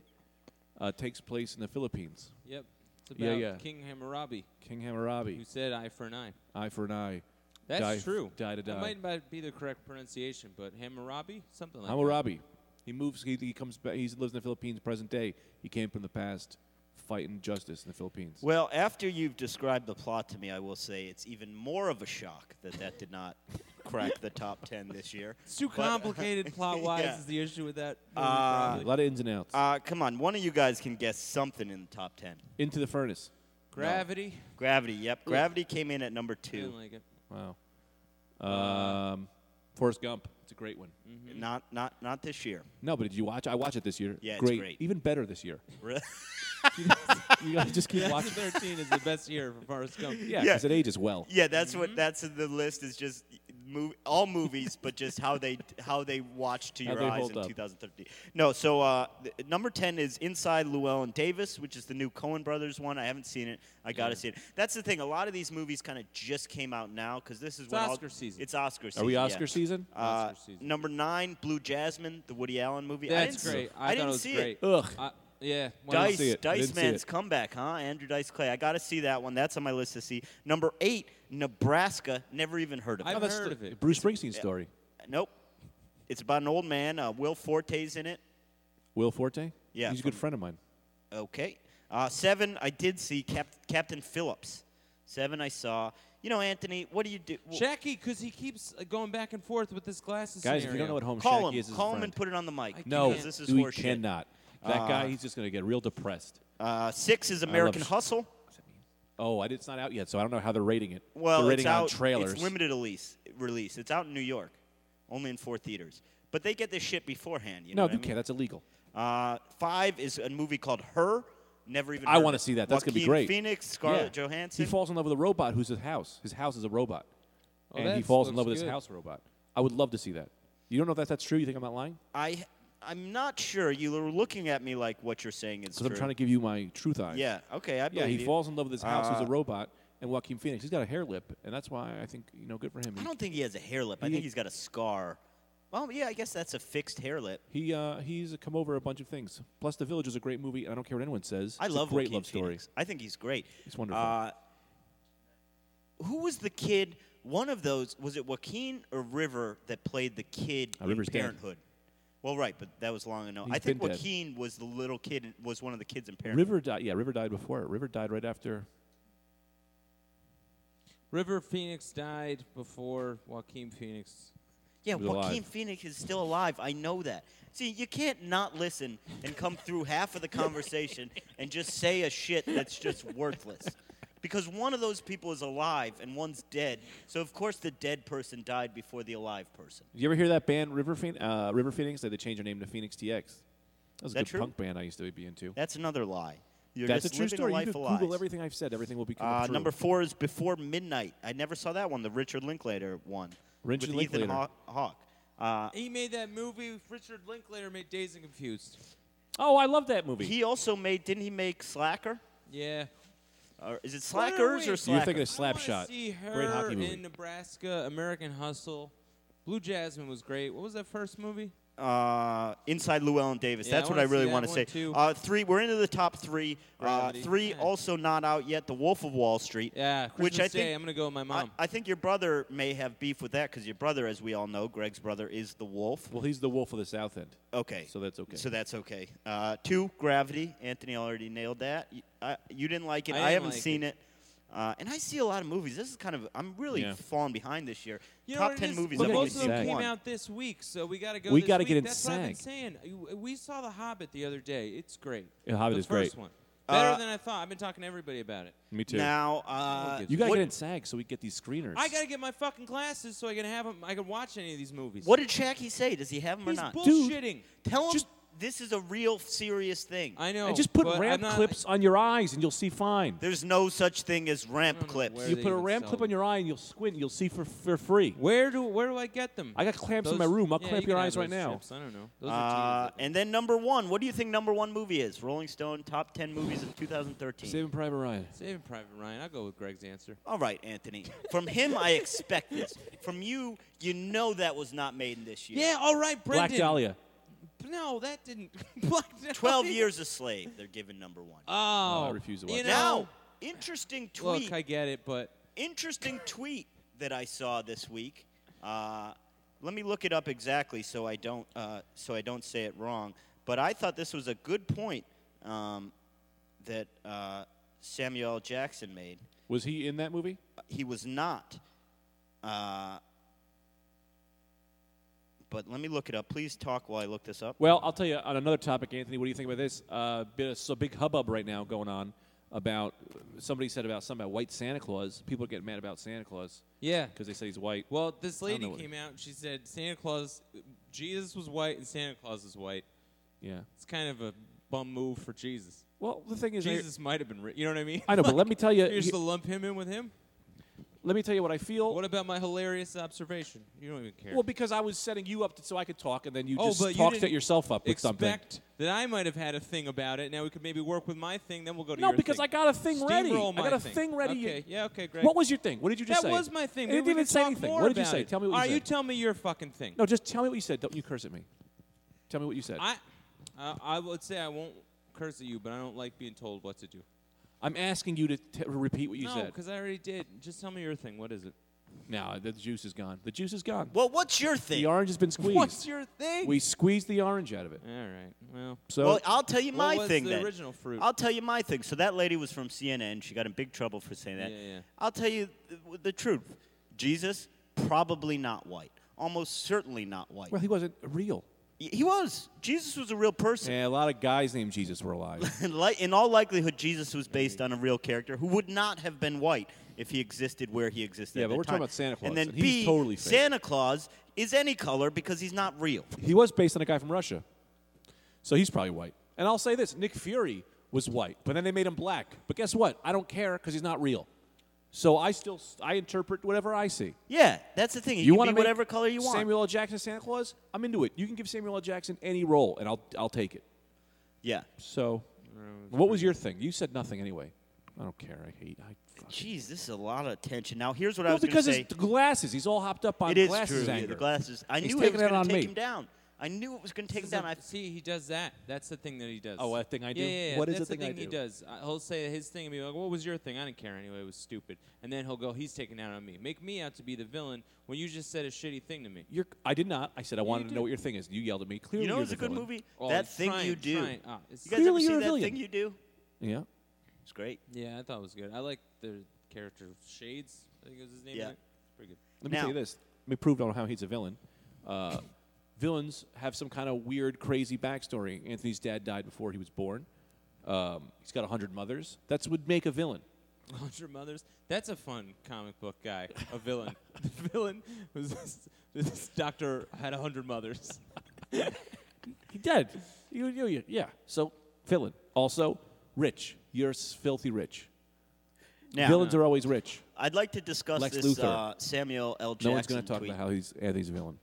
Speaker 2: Uh, takes place in the Philippines.
Speaker 1: Yep. It's about
Speaker 2: Yeah, yeah.
Speaker 1: King Hammurabi
Speaker 2: King
Speaker 1: who
Speaker 2: Hammurabi,
Speaker 1: said "eye for an eye."
Speaker 2: eye for an eye.
Speaker 1: That's
Speaker 2: die-
Speaker 1: true.
Speaker 2: Die to
Speaker 1: That
Speaker 2: die.
Speaker 1: might not be the correct pronunciation, but Hammurabi, something like
Speaker 2: Hammurabi. He moves. He, he comes back. He lives in the Philippines present day. He came from the past, fighting justice in the Philippines.
Speaker 3: Well, after you've described the plot to me, I will say it's even more of a shock that that did not crack the top 10 this year.
Speaker 1: that. It's too
Speaker 3: But-
Speaker 1: complicated plot-wise
Speaker 3: Yeah.
Speaker 1: is the issue with that. movie,
Speaker 3: Uh,
Speaker 2: a
Speaker 1: probably.
Speaker 2: lot of ins and outs.
Speaker 3: Uh, come on, one of you guys can guess something in the top 10.
Speaker 2: Into the furnace.
Speaker 1: Gravity.
Speaker 3: Gravity, yep. Gravity came in at number two.
Speaker 1: Didn't like it.
Speaker 2: Wow.
Speaker 3: uh,
Speaker 2: Um, Forrest Gump. It's a great one.
Speaker 3: Not not not this year.
Speaker 2: No, but did you watch? I watched it this year.
Speaker 3: Yeah, it's
Speaker 2: great.
Speaker 3: great.
Speaker 2: Even better this year.
Speaker 3: Really?
Speaker 2: You gotta just keep watching.
Speaker 1: 2013 is the best year for Forrest Gump.
Speaker 2: Yeah,
Speaker 3: Yeah.
Speaker 2: because it ages well.
Speaker 3: yeah, that's
Speaker 1: Mm-hmm.
Speaker 3: what that's in the list is just mov- all movies, but just how they how they watch to
Speaker 2: How
Speaker 3: your
Speaker 2: they
Speaker 3: eyes
Speaker 2: hold
Speaker 3: in
Speaker 2: up.
Speaker 3: 2013. No, so uh, th- number 10 is Inside Llewellyn Davis, which is the new Coen Brothers one. I haven't seen it. I gotta see it. That's the thing. A lot of these movies kind of just came out now because this is when all-
Speaker 1: Oscar season.
Speaker 3: It's Oscar
Speaker 2: Are
Speaker 3: season.
Speaker 2: we
Speaker 3: yeah.
Speaker 2: Oscar season?
Speaker 3: Uh,
Speaker 1: Oscar season.
Speaker 3: number nine, Blue Jasmine, the Woody Allen movie. I
Speaker 1: That's
Speaker 3: didn't see-
Speaker 1: great. I,
Speaker 3: I,
Speaker 1: thought
Speaker 3: didn't
Speaker 1: it was
Speaker 3: see
Speaker 1: great.
Speaker 3: it.
Speaker 2: Ugh.
Speaker 1: I, yeah. why not?
Speaker 3: Dice,
Speaker 2: see it. I
Speaker 3: Dice
Speaker 2: didn't see
Speaker 3: Man's
Speaker 2: it.
Speaker 3: comeback, huh? Andrew Dice Clay. I got to see that one. That's on my list to see. Number eight, Nebraska. Never even heard of
Speaker 1: I've
Speaker 3: it.
Speaker 2: Oh, that's
Speaker 1: heard
Speaker 2: the
Speaker 1: of it.
Speaker 2: Bruce Springsteen story.
Speaker 3: Nope. It's about an old man. Uh, Will Forte's in it.
Speaker 2: Will Forte?
Speaker 3: Yeah,
Speaker 2: He's a good friend of mine.
Speaker 3: Okay. Uh, seven, I did see Cap- Captain Phillips. Seven, I saw. You know, Anthony, what do you do? w-
Speaker 1: Jackie, because he keeps uh, going back and forth with this glasses.
Speaker 2: Guys, if you
Speaker 1: scenario.
Speaker 2: don't know what home
Speaker 3: call
Speaker 2: Shack
Speaker 3: him.
Speaker 2: is, is a
Speaker 3: call him
Speaker 2: friend.
Speaker 3: and put it on the mic.
Speaker 2: no,
Speaker 3: because this is
Speaker 2: we
Speaker 3: horseshit.
Speaker 2: cannot. That guy, he's just going to get real depressed.
Speaker 3: Uh, six is American
Speaker 2: sh-
Speaker 3: Hustle.
Speaker 2: Oh, I did, it's not out yet, so I don't know how they're rating it.
Speaker 3: Well,
Speaker 2: they're
Speaker 3: it's
Speaker 2: rating it
Speaker 3: out.
Speaker 2: on trailers.
Speaker 3: It's limited release. Release. It's out in New York, only in four theaters. But they get this shit beforehand. You
Speaker 2: no,
Speaker 3: know
Speaker 2: you
Speaker 3: what I mean?
Speaker 2: can't. That's illegal.
Speaker 3: Uh, five is a movie called Her. Never even.
Speaker 2: I
Speaker 3: heard
Speaker 2: wanna
Speaker 3: of it.
Speaker 2: see that. That's gonna be
Speaker 3: Joaquin
Speaker 2: great.
Speaker 3: Phoenix, Scarlett
Speaker 2: Yeah.
Speaker 3: Johansson.
Speaker 2: He falls in love with a robot who's his house. His house is a robot. and he
Speaker 1: Oh, that's-
Speaker 2: falls in
Speaker 1: looks
Speaker 2: love with his
Speaker 1: good.
Speaker 2: house robot. I would love to see that. You don't know if that, that's true? You think I'm not lying?
Speaker 3: I I'm not sure. You were looking at me like what you're saying is
Speaker 2: Because
Speaker 3: true.
Speaker 2: I'm trying to give you my truth eyes.
Speaker 3: yeah. Okay. I believe
Speaker 2: Yeah, he
Speaker 3: you.
Speaker 2: falls in love with his house
Speaker 1: Uh,
Speaker 2: who's a robot, and Joaquin Phoenix, he's got a hair lip, and that's why I think, you know, good for him.
Speaker 3: I
Speaker 2: He-
Speaker 3: don't think he has a hair lip. I
Speaker 2: He-
Speaker 3: think he's got a scar. Well, yeah. I guess that's a fixed hair lip.
Speaker 2: He uh, he's come over a bunch of things. Plus, The Village is a great movie. and I don't care what anyone says.
Speaker 3: I
Speaker 2: It's
Speaker 3: love
Speaker 2: a great
Speaker 3: Joaquin
Speaker 2: love story.
Speaker 3: Phoenix. I think he's great.
Speaker 2: He's wonderful.
Speaker 3: Uh, who was the kid? One of those was it Joaquin or River that played the kid
Speaker 2: Uh,
Speaker 3: in
Speaker 2: River's dead.
Speaker 3: Parenthood? Well, right, but that was long ago. I
Speaker 2: He's
Speaker 3: think
Speaker 2: been dead.
Speaker 3: Joaquin was the little kid, in- was one of the kids in Parenthood.
Speaker 2: River died. Yeah, River died before. it. River died right after.
Speaker 1: River Phoenix died before Joaquin Phoenix.
Speaker 3: Yeah,
Speaker 2: He's
Speaker 3: Joaquin
Speaker 2: alive.
Speaker 3: Phoenix is still alive. I know that. See, you can't not listen and come through half of the conversation and just say a shit that's just worthless. Because one of those people is alive and one's dead. So, of course, the dead person died before the alive person.
Speaker 2: You ever hear that band River, Phoen- uh, River Phoenix? They they changed their name to Phoenix TX. That was a
Speaker 3: That
Speaker 2: good
Speaker 3: true?
Speaker 2: punk band I used to be into.
Speaker 3: That's another lie. You're
Speaker 2: That's a
Speaker 3: just
Speaker 2: true
Speaker 3: living
Speaker 2: story.
Speaker 3: A
Speaker 2: You
Speaker 3: life
Speaker 2: could
Speaker 3: of
Speaker 2: Google
Speaker 3: lies.
Speaker 2: everything I've said. Everything will become
Speaker 3: Uh,
Speaker 2: true.
Speaker 3: number four is Before Midnight. I never saw that one, the Richard Linklater one.
Speaker 2: Richard
Speaker 3: with Ethan
Speaker 2: Linklater.
Speaker 3: Haw- Hawke. Uh,
Speaker 1: He made that movie. with Richard Linklater made Days and Confused.
Speaker 2: oh, I love that movie.
Speaker 3: he also made, didn't he make Slacker?
Speaker 1: Yeah.
Speaker 3: Or is it
Speaker 1: What are
Speaker 3: Slackers
Speaker 1: we-
Speaker 3: or
Speaker 1: You're
Speaker 3: Slacker?
Speaker 2: thinking of-
Speaker 1: I wanna
Speaker 2: Slapshot.
Speaker 1: See her
Speaker 2: Great hockey movie.
Speaker 1: in Nebraska. American Hustle. Blue Jasmine was great. What was that first movie?
Speaker 3: uh, inside Llewellyn Davis.
Speaker 1: Yeah,
Speaker 3: That's
Speaker 1: I
Speaker 3: what I
Speaker 1: wanna see
Speaker 3: really
Speaker 1: that
Speaker 3: want to
Speaker 1: one
Speaker 3: say.
Speaker 1: too.
Speaker 3: Uh, three, we're into the top three. Uh,
Speaker 1: Gravity.
Speaker 3: three
Speaker 1: Yeah.
Speaker 3: also not out yet. The Wolf of Wall Street.
Speaker 1: Yeah,
Speaker 3: Which
Speaker 1: Christmas
Speaker 3: I think-
Speaker 1: Day, I'm gonna go with my
Speaker 3: I,
Speaker 1: mom.
Speaker 3: I think your brother may have beef with that because your brother, as we all know, Greg's brother is the Wolf.
Speaker 2: well, he's the wolf of the South End.
Speaker 3: Okay.
Speaker 2: So that's okay.
Speaker 3: So that's okay. Uh, two, Gravity. Anthony already nailed that. You, I, you didn't like it.
Speaker 1: I
Speaker 3: I,
Speaker 1: didn't
Speaker 3: haven't
Speaker 1: like
Speaker 3: seen it. Uh, and I see a lot of movies. This is kind of I'm really
Speaker 2: Yeah.
Speaker 3: falling behind this year.
Speaker 1: You know
Speaker 3: Top
Speaker 1: what it
Speaker 3: ten
Speaker 1: is?
Speaker 3: movies.
Speaker 1: But
Speaker 2: Look
Speaker 3: I've
Speaker 2: at
Speaker 3: only
Speaker 1: most
Speaker 2: these
Speaker 1: of them
Speaker 2: SAG.
Speaker 3: seen
Speaker 1: came
Speaker 3: one.
Speaker 1: out this week, so we got to go.
Speaker 2: We
Speaker 1: got
Speaker 2: gotta
Speaker 1: to
Speaker 2: get in
Speaker 1: That's what I've been saying. You- We saw The Hobbit the other day. It's great.
Speaker 2: Yeah, Hobbit
Speaker 1: the
Speaker 2: is
Speaker 1: first
Speaker 2: great.
Speaker 1: One. Better
Speaker 3: Uh,
Speaker 1: than I thought. I've been talking to everybody about it.
Speaker 2: Me too.
Speaker 3: Now, uh,
Speaker 2: you gotta
Speaker 3: what-
Speaker 2: get in SAG so we get these screeners.
Speaker 1: I got to get my fucking glasses so I can have 'em- I can watch any of these movies.
Speaker 3: What did Shaggy say? Does he have them or
Speaker 1: He's
Speaker 3: not?
Speaker 2: Dude.
Speaker 1: bullshitting.
Speaker 3: Tell him
Speaker 2: Just-
Speaker 3: this is a real serious thing.
Speaker 1: I know.
Speaker 2: And just put
Speaker 1: but I'm
Speaker 2: ramp
Speaker 1: not-
Speaker 2: clips on your eyes and you'll see fine.
Speaker 3: There's no such thing as
Speaker 1: I
Speaker 3: ramp
Speaker 1: don't know
Speaker 3: clips.
Speaker 1: where
Speaker 2: You
Speaker 1: they
Speaker 2: put a
Speaker 1: even
Speaker 2: ram
Speaker 1: sell
Speaker 2: clip
Speaker 1: them.
Speaker 2: on your eye and you'll squint and you'll see for for free.
Speaker 1: Where do where do I get them?
Speaker 2: I got clamps in
Speaker 1: Those-
Speaker 2: my room. I'll
Speaker 1: yeah,
Speaker 2: clamp
Speaker 1: you
Speaker 2: your
Speaker 1: can
Speaker 2: eyes
Speaker 1: have
Speaker 2: right
Speaker 1: those
Speaker 2: now.
Speaker 1: chips. I don't know. Those are
Speaker 3: Uh,
Speaker 1: teens, I think.
Speaker 3: and then number one, what do you think number one movie is? Rolling Stone top ten movies of 2013.
Speaker 2: Saving Private Ryan.
Speaker 1: Saving Private Ryan. I'll go with Greg's answer.
Speaker 3: All right, Anthony. From him, I expect this. From you, you know that was not made in this year.
Speaker 1: Yeah, all right, Brendan.
Speaker 2: Black Dahlia.
Speaker 1: No, that didn't. Black Dahlia.
Speaker 3: Twelve years a slave. They're giving number one.
Speaker 1: Oh,
Speaker 2: No, I refuse to watch
Speaker 1: you
Speaker 2: it.
Speaker 1: know,
Speaker 3: now, interesting tweet.
Speaker 1: look, I get it, but
Speaker 3: interesting tweet that I saw this week. Uh, let me look it up exactly so I don't uh, so I don't say it wrong. But I thought this was a good point um, that uh, Samuel L. Jackson made.
Speaker 2: Was he in that movie?
Speaker 3: He was not. Uh, but let me look it up. Please talk while I look this up.
Speaker 2: Well, I'll tell you on another topic, Anthony. What do you think about this? Uh, bit of, so big hubbub right now going on about somebody said about something about white Santa Claus. People are getting mad about Santa Claus
Speaker 1: yeah.
Speaker 2: because they say he's white.
Speaker 1: Well, this lady
Speaker 2: know what-
Speaker 1: came out and she said Santa Claus, Jesus was white and Santa Claus is white.
Speaker 2: yeah.
Speaker 1: It's kind of a bum move for Jesus.
Speaker 2: Well, the thing is, I-
Speaker 1: Jesus might have been, ri- you know what I mean?
Speaker 2: I know, but let me tell you,
Speaker 1: You're just
Speaker 2: he-
Speaker 1: to lump him in with him.
Speaker 2: let me tell you what I feel.
Speaker 1: What about my hilarious observation? You don't even care.
Speaker 2: well, because I was setting you up to, so I could talk, and then you
Speaker 1: oh,
Speaker 2: just
Speaker 1: but you
Speaker 2: talked
Speaker 1: didn't
Speaker 2: it yourself up with something.
Speaker 1: expect that I might have had a thing about it. Now we could maybe work with my thing. Then we'll go to
Speaker 2: No,
Speaker 1: your
Speaker 2: because
Speaker 1: thing.
Speaker 2: I got a thing ready.
Speaker 1: Steamroll
Speaker 2: I
Speaker 1: my
Speaker 2: got a thing, ready.
Speaker 1: Okay. Yeah. Okay. Great.
Speaker 2: What was your thing? What did you just
Speaker 1: that
Speaker 2: say?
Speaker 1: was my thing.
Speaker 2: I
Speaker 1: Maybe
Speaker 2: didn't
Speaker 1: we
Speaker 2: even
Speaker 1: could
Speaker 2: say
Speaker 1: talk
Speaker 2: anything.
Speaker 1: more
Speaker 2: What did you
Speaker 1: about
Speaker 2: say?
Speaker 1: it.
Speaker 2: Tell me what
Speaker 1: All
Speaker 2: you
Speaker 1: right,
Speaker 2: said.
Speaker 1: you tell me your fucking thing.
Speaker 2: no, just tell me what you said. Don't you curse at me. Tell me what you said.
Speaker 1: I, uh, I would say I won't curse at you, but I don't like being told what to do.
Speaker 2: I'm asking you to t- repeat what you
Speaker 1: no,
Speaker 2: said.
Speaker 1: because I already did. Just tell me your thing. What is it?
Speaker 2: No, the juice is gone. The juice is gone.
Speaker 3: Well, what's your
Speaker 2: The
Speaker 3: thing?
Speaker 2: orange has been squeezed.
Speaker 1: What's your thing?
Speaker 2: we squeezed the orange out of it.
Speaker 1: All right. Well,
Speaker 2: So
Speaker 3: Well, I'll tell you
Speaker 1: What
Speaker 3: my
Speaker 1: was
Speaker 3: thing
Speaker 1: the
Speaker 3: then.
Speaker 1: original fruit?
Speaker 3: I'll tell you my thing. So that lady was from CNN. She got in big trouble for saying that.
Speaker 1: Yeah, yeah.
Speaker 3: I'll tell you th- w- the truth. Jesus probably not white. Almost certainly not white.
Speaker 2: well, he wasn't real.
Speaker 3: Y- he was. Jesus was a real person.
Speaker 2: Yeah, a lot of guys named Jesus were alive.
Speaker 3: In li- In all likelihood, Jesus was based on a real character who would not have been white if he existed where he existed.
Speaker 2: Yeah,
Speaker 3: at
Speaker 2: but
Speaker 3: the
Speaker 2: we're talking
Speaker 3: time.
Speaker 2: about Santa Claus,
Speaker 3: And then
Speaker 2: and
Speaker 3: B,
Speaker 2: he's totally fake.
Speaker 3: Santa Claus is any color because he's not real.
Speaker 2: he was based on a guy from Russia, so he's probably white. And I'll say this: Nick Fury was white, but then they made him black. But guess what? I don't care because he's not real. So I still s- I interpret whatever I see.
Speaker 3: Yeah, that's the thing. He
Speaker 2: You
Speaker 3: can
Speaker 2: want
Speaker 3: be whatever color you want.
Speaker 2: Samuel L. Jackson, Santa Claus. I'm into it. You can give Samuel L. Jackson any role, and I'll I'll take it.
Speaker 3: Yeah.
Speaker 2: So, what was your thing? You said nothing anyway. I don't care. I hate. I fuck.
Speaker 3: Jeez, this is a lot of attention. Now, here's what I
Speaker 2: Well,
Speaker 3: was going
Speaker 2: because
Speaker 3: to say.
Speaker 2: it's glasses. He's all hopped up on
Speaker 3: It is
Speaker 2: glasses
Speaker 3: true. yeah,
Speaker 2: anger.
Speaker 3: the glasses. I
Speaker 2: He's
Speaker 3: knew it
Speaker 2: taking
Speaker 3: was
Speaker 2: it
Speaker 3: going
Speaker 2: on
Speaker 3: to take
Speaker 2: me.
Speaker 3: him down. I knew it was going to take him
Speaker 1: This is
Speaker 3: down.
Speaker 1: a-
Speaker 3: I
Speaker 1: see, he does that. That's the thing that he does.
Speaker 2: Oh, a thing I do?
Speaker 1: Yeah, yeah, yeah.
Speaker 2: What is
Speaker 1: That's
Speaker 2: the thing I
Speaker 1: he
Speaker 2: do?
Speaker 1: does? I- He'll say his thing and be like, "What was your thing? I didn't care anyway. It was stupid." And then he'll go, "He's taking out on me. Make me out to be the villain when you just said a shitty thing to me."
Speaker 2: You're, I did not. I said I wanted to
Speaker 1: did.
Speaker 2: know what your thing is. You yelled at me. Clearly,
Speaker 3: you know,
Speaker 2: you're
Speaker 3: it's
Speaker 2: the
Speaker 3: a good
Speaker 2: villain.
Speaker 3: movie.
Speaker 1: Oh,
Speaker 3: that
Speaker 1: he's
Speaker 3: thing you
Speaker 1: trying,
Speaker 3: do.
Speaker 1: trying. Ah, it's-
Speaker 3: you guys ever
Speaker 2: Clearly
Speaker 3: see
Speaker 2: you're a
Speaker 3: that thing
Speaker 2: villain.
Speaker 3: you do?
Speaker 2: Yeah.
Speaker 3: It's great.
Speaker 1: Yeah, I thought it was good. I like the character shades. I think is his name.
Speaker 3: Yeah.
Speaker 1: right? Pretty good.
Speaker 2: Let me
Speaker 3: Now-
Speaker 2: tell you this. Let me prove on how he's a villain. Uh, villains have some kind of weird, crazy backstory. Anthony's dad died before he was born. Um, he's got a hundred mothers. That's would make a villain.
Speaker 1: Hundred Mothers. That's a fun comic book guy, a villain. the villain was this, this doctor had a hundred mothers.
Speaker 2: He dead. You, you, you, yeah. So villain. Also rich. You're s- filthy rich.
Speaker 3: Now,
Speaker 2: Villains are always rich.
Speaker 3: I'd like to discuss
Speaker 2: Lex
Speaker 3: this
Speaker 2: Luthor.
Speaker 3: uh, Samuel L. Jackson
Speaker 2: No one's going to talk
Speaker 3: tweet.
Speaker 2: about how he's Anthony's a villain.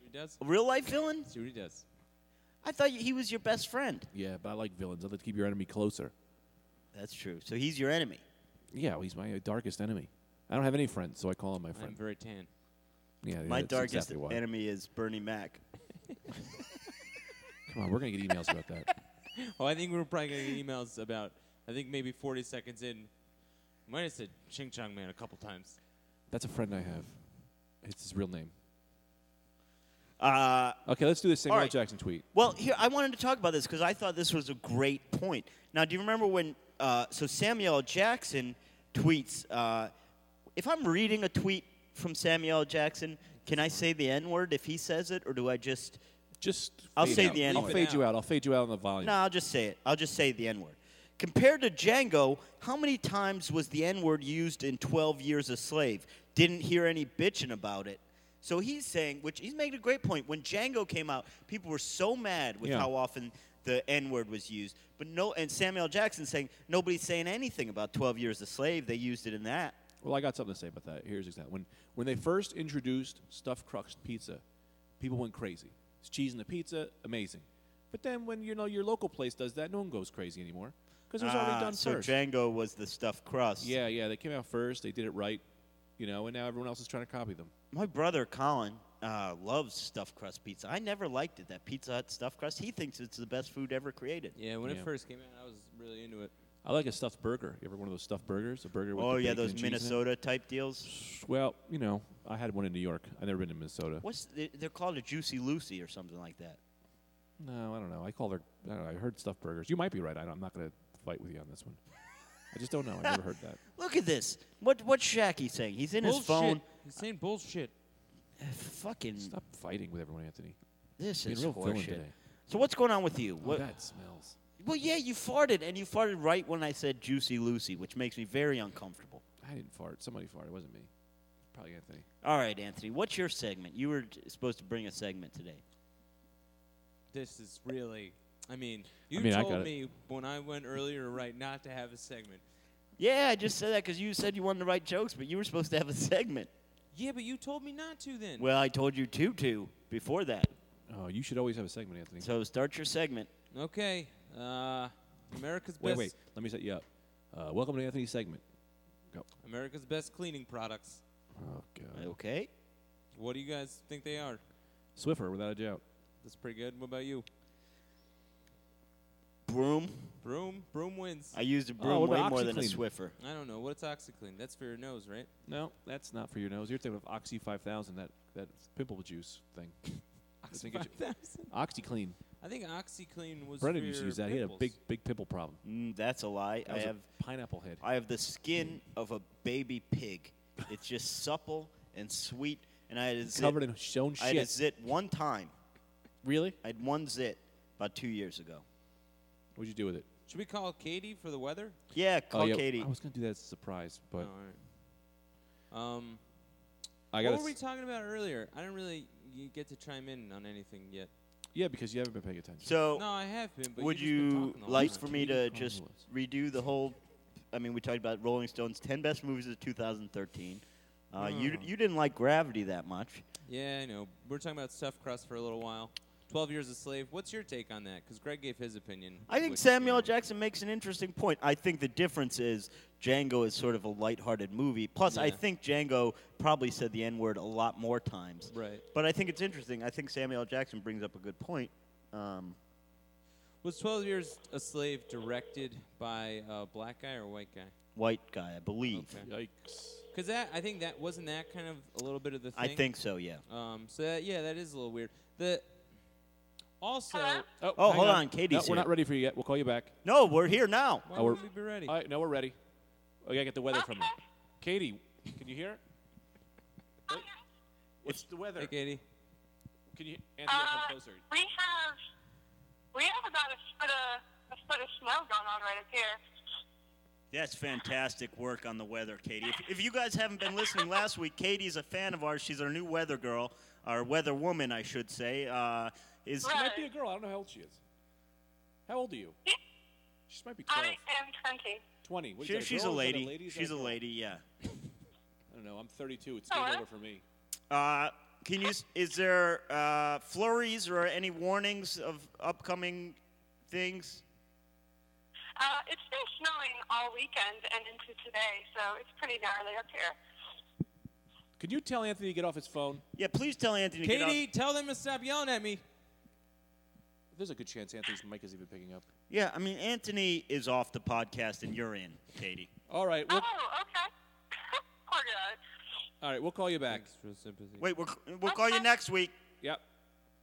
Speaker 1: See what he does?
Speaker 3: Real life villain?
Speaker 1: See what he does.
Speaker 3: I thought he was your best friend.
Speaker 2: Yeah, but I like villains. I like to keep your enemy closer.
Speaker 3: That's true. So he's your enemy.
Speaker 2: Yeah, well, he's my uh, darkest enemy. I don't have any friends, so I call him my
Speaker 1: I'm
Speaker 2: friend.
Speaker 1: very tan.
Speaker 2: yeah, yeah,
Speaker 3: My
Speaker 2: that's
Speaker 3: darkest
Speaker 2: exactly why.
Speaker 3: enemy is Bernie Mac.
Speaker 2: Come on, we're going to get emails about that.
Speaker 1: Oh, I think we were probably gonna get emails about. I think maybe 40 seconds in. Might have said Ching Chong Man a couple times.
Speaker 2: That's a friend I have. It's his real name.
Speaker 3: Uh,
Speaker 2: Okay, let's do this Samuel
Speaker 3: All
Speaker 2: L.
Speaker 3: right.
Speaker 2: Jackson tweet.
Speaker 3: Well, here I wanted to talk about this because I thought this was a great point. Now, do you remember when? Uh, so Samuel L. Jackson tweets. Uh, if I'm reading a tweet from Samuel L. Jackson, can I say the N word if he says it, or do I just?
Speaker 2: Just
Speaker 3: I'll
Speaker 2: fade
Speaker 3: say
Speaker 2: out.
Speaker 3: the end
Speaker 2: I'll
Speaker 3: of it.
Speaker 2: fade you out. I'll fade you out on the volume.
Speaker 3: No, I'll just say it. I'll just say the N word. Compared to Django, how many times was the N word used in 12 Years a Slave? Didn't hear any bitching about it. So he's saying, which he's making a great point. When Django came out, people were so mad with
Speaker 2: Yeah.
Speaker 3: how often the N word was used. But no, and Samuel Jackson saying nobody's saying anything about 12 Years a Slave. They used it in that.
Speaker 2: Well, I got something to say about that. Here's exactly when when they first introduced stuffed crust pizza, people went crazy. It's cheese in the pizza, amazing. But then when you know your local place does that, no one goes crazy anymore because it was
Speaker 3: Ah,
Speaker 2: already done
Speaker 3: so
Speaker 2: first.
Speaker 3: Django was the stuffed crust.
Speaker 2: yeah, yeah, they came out first. They did it right, you know, and now everyone else is trying to copy them.
Speaker 3: My brother Colin uh, loves stuffed crust pizza. I never liked it. That Pizza Hut stuffed crust. He thinks it's the best food ever created.
Speaker 1: Yeah, when
Speaker 2: Yeah.
Speaker 1: it first came out, I was really into it.
Speaker 2: I like a stuffed burger. You ever one of those stuffed burgers? A burger with
Speaker 3: Oh
Speaker 2: the
Speaker 3: yeah,
Speaker 2: bacon
Speaker 3: those
Speaker 2: and cheese in it?
Speaker 3: Minnesota type deals.
Speaker 2: Well, you know, I had one in New York. I've never been to Minnesota.
Speaker 3: What's they- they're called a Juicy Lucy or something like that.
Speaker 2: No, I don't know. I call her. I don't know. I heard stuffed burgers. You might be right. I don't, I'm not going to fight with you on this one. I just don't know. I've never heard that.
Speaker 3: Look at this. What what's Shackie saying? He's in his
Speaker 1: bullshit.
Speaker 3: phone.
Speaker 1: He's saying bullshit.
Speaker 3: Fucking
Speaker 2: Stop fighting with everyone, Anthony.
Speaker 3: this
Speaker 2: being
Speaker 3: is
Speaker 2: a real villain
Speaker 3: horseshit.
Speaker 2: today.
Speaker 3: So what's going on with you?
Speaker 2: Oh,
Speaker 3: What,
Speaker 2: that smells.
Speaker 3: well, yeah, you farted, and you farted right when I said Juicy Lucy, which makes me very uncomfortable.
Speaker 2: I didn't fart. Somebody farted. It wasn't me. Probably Anthony.
Speaker 3: All right, Anthony, what's your segment? You were t- supposed to bring a segment today.
Speaker 1: This is really. I mean, you
Speaker 2: mean, I
Speaker 1: told
Speaker 2: got it.
Speaker 1: me when I went earlier right not to have a segment.
Speaker 3: Yeah, I just said that because you said you wanted to write jokes, but you were supposed to have a segment.
Speaker 1: Yeah, but you told me not to then.
Speaker 3: Well, I told you to to before that.
Speaker 2: Oh, you should always have a segment, Anthony.
Speaker 3: So start your segment.
Speaker 1: okay. Uh, America's
Speaker 2: wait,
Speaker 1: best.
Speaker 2: wait. Let me set you up. Uh, welcome to Anthony's segment. Go.
Speaker 1: America's best cleaning products.
Speaker 2: Oh God.
Speaker 3: Okay.
Speaker 1: What do you guys think they are?
Speaker 2: Swiffer, without a doubt.
Speaker 1: That's pretty good. What about you?
Speaker 3: Broom.
Speaker 1: Broom. Broom wins.
Speaker 3: I used a
Speaker 2: what
Speaker 3: broom way
Speaker 2: about
Speaker 3: more than a
Speaker 2: OxiClean?
Speaker 3: Swiffer.
Speaker 1: I don't know. What's OxyClean? That's for your nose, right?
Speaker 2: No, that's not for your nose. You're thinking of Oxy 5000, that that pimple juice thing. I think it should-
Speaker 1: 5000.
Speaker 2: OxyClean.
Speaker 1: I think OxyClean was.
Speaker 2: Brendan
Speaker 1: for
Speaker 2: used to
Speaker 1: your
Speaker 2: use that. He had a
Speaker 1: pimples.
Speaker 2: big, big pimple problem.
Speaker 3: Mm, that's a lie.
Speaker 2: That
Speaker 3: I
Speaker 2: was a
Speaker 3: have
Speaker 2: pineapple head.
Speaker 3: I have the skin of a baby pig. It's just supple and sweet. And I had a zit.
Speaker 2: covered in his own
Speaker 3: I had a
Speaker 2: shit.
Speaker 3: zit one time.
Speaker 2: Really?
Speaker 3: I had one zit about two years ago.
Speaker 2: What'd you do with it? Oh,
Speaker 1: Should we call Katie for the weather?
Speaker 3: Oh, Yeah, call
Speaker 2: yeah,
Speaker 3: Katie.
Speaker 2: I was gonna do that as a surprise, but
Speaker 1: Oh, all right. Um,
Speaker 2: I got.
Speaker 1: what were we talking about earlier? I didn't really y- get to chime in on anything yet.
Speaker 2: yeah, because you haven't been paying attention.
Speaker 3: So,
Speaker 1: No, I have been. But
Speaker 3: Oh, would
Speaker 1: you've just been
Speaker 3: you
Speaker 1: talking the whole
Speaker 3: like
Speaker 1: time.
Speaker 3: for me
Speaker 2: Katie
Speaker 3: to
Speaker 2: Conley
Speaker 3: just
Speaker 2: was.
Speaker 3: redo the whole? I mean, we talked about Rolling Stone's 10 best movies of 2013. Uh, You
Speaker 1: Hmm.
Speaker 3: you didn't like Gravity that much.
Speaker 1: Yeah, I know. We We're talking about stuffed crust for a little while. Twelve Years a Slave. What's your take on that? Because Greg gave his opinion.
Speaker 3: I think
Speaker 1: which,
Speaker 3: Samuel
Speaker 1: you
Speaker 3: L.
Speaker 1: know,
Speaker 3: Jackson makes an interesting point. I think the difference is Django is sort of a lighthearted movie. Plus, I
Speaker 1: Yeah.
Speaker 3: think Django probably said the N word a lot more times.
Speaker 1: Right.
Speaker 3: But I think it's interesting. I think Samuel L. Jackson brings up a good point. Um,
Speaker 1: Was Twelve Years a Slave directed by a black guy or a white guy?
Speaker 3: white guy, I believe.
Speaker 1: Okay.
Speaker 2: Yikes!
Speaker 1: Because that I think that wasn't that kind of a little bit of the thing.
Speaker 3: I think so, yeah.
Speaker 1: Um, so that, yeah, that is a little weird. The also,
Speaker 3: Oh,
Speaker 2: hang
Speaker 3: hold on,
Speaker 2: No,
Speaker 3: Katie's
Speaker 2: we're
Speaker 3: here.
Speaker 2: not ready for you yet. We'll call you back.
Speaker 3: No, we're here now.
Speaker 1: why
Speaker 2: Oh, we're-
Speaker 1: would we be ready?
Speaker 2: All right, no, we're ready. I gotta get the weather from you. Katie, Can you hear it? Wait. What's the weather?
Speaker 1: Hey, Katie.
Speaker 2: Can you, Anthony, come
Speaker 4: Uh,
Speaker 2: closer.
Speaker 4: We have we have about a foot of a foot of snow going on right up here.
Speaker 3: That's fantastic work on the weather, Katie. If, if you guys haven't been listening last week, Katie's a fan of ours. She's our new weather girl, our weather woman, I should say. Uh, is
Speaker 2: She
Speaker 4: Right.
Speaker 2: might be a girl. I don't know how old she is. How old are you? She might be 12.
Speaker 4: I am twenty.
Speaker 2: 20. What, is
Speaker 3: she-
Speaker 2: that,
Speaker 3: she's a
Speaker 2: girl? Is that
Speaker 3: lady.
Speaker 2: Is that
Speaker 3: She's a
Speaker 2: girl?
Speaker 3: lady. Yeah.
Speaker 2: I don't know. I'm 32. It's
Speaker 4: Oh,
Speaker 2: game
Speaker 4: what?
Speaker 2: over for me.
Speaker 3: Uh, can you? s- Is there uh, flurries or any warnings of upcoming things?
Speaker 4: Uh, it's been snowing all weekend and into today, so it's pretty gnarly up here.
Speaker 2: Can you tell Anthony to get off his phone?
Speaker 3: Yeah. Please tell Anthony. To get
Speaker 1: Katie,
Speaker 3: off.
Speaker 1: tell them to stop yelling at me.
Speaker 2: There's a good chance Anthony's mic isn't even picking up.
Speaker 3: Yeah. I mean, Anthony is off the podcast, and you're in, Katie.
Speaker 2: All right. We'll,
Speaker 4: Oh, okay. Poor guy.
Speaker 2: all right. We'll call you back.
Speaker 1: Extra sympathy.
Speaker 3: Wait. We're, we'll call you next week.
Speaker 2: Yep.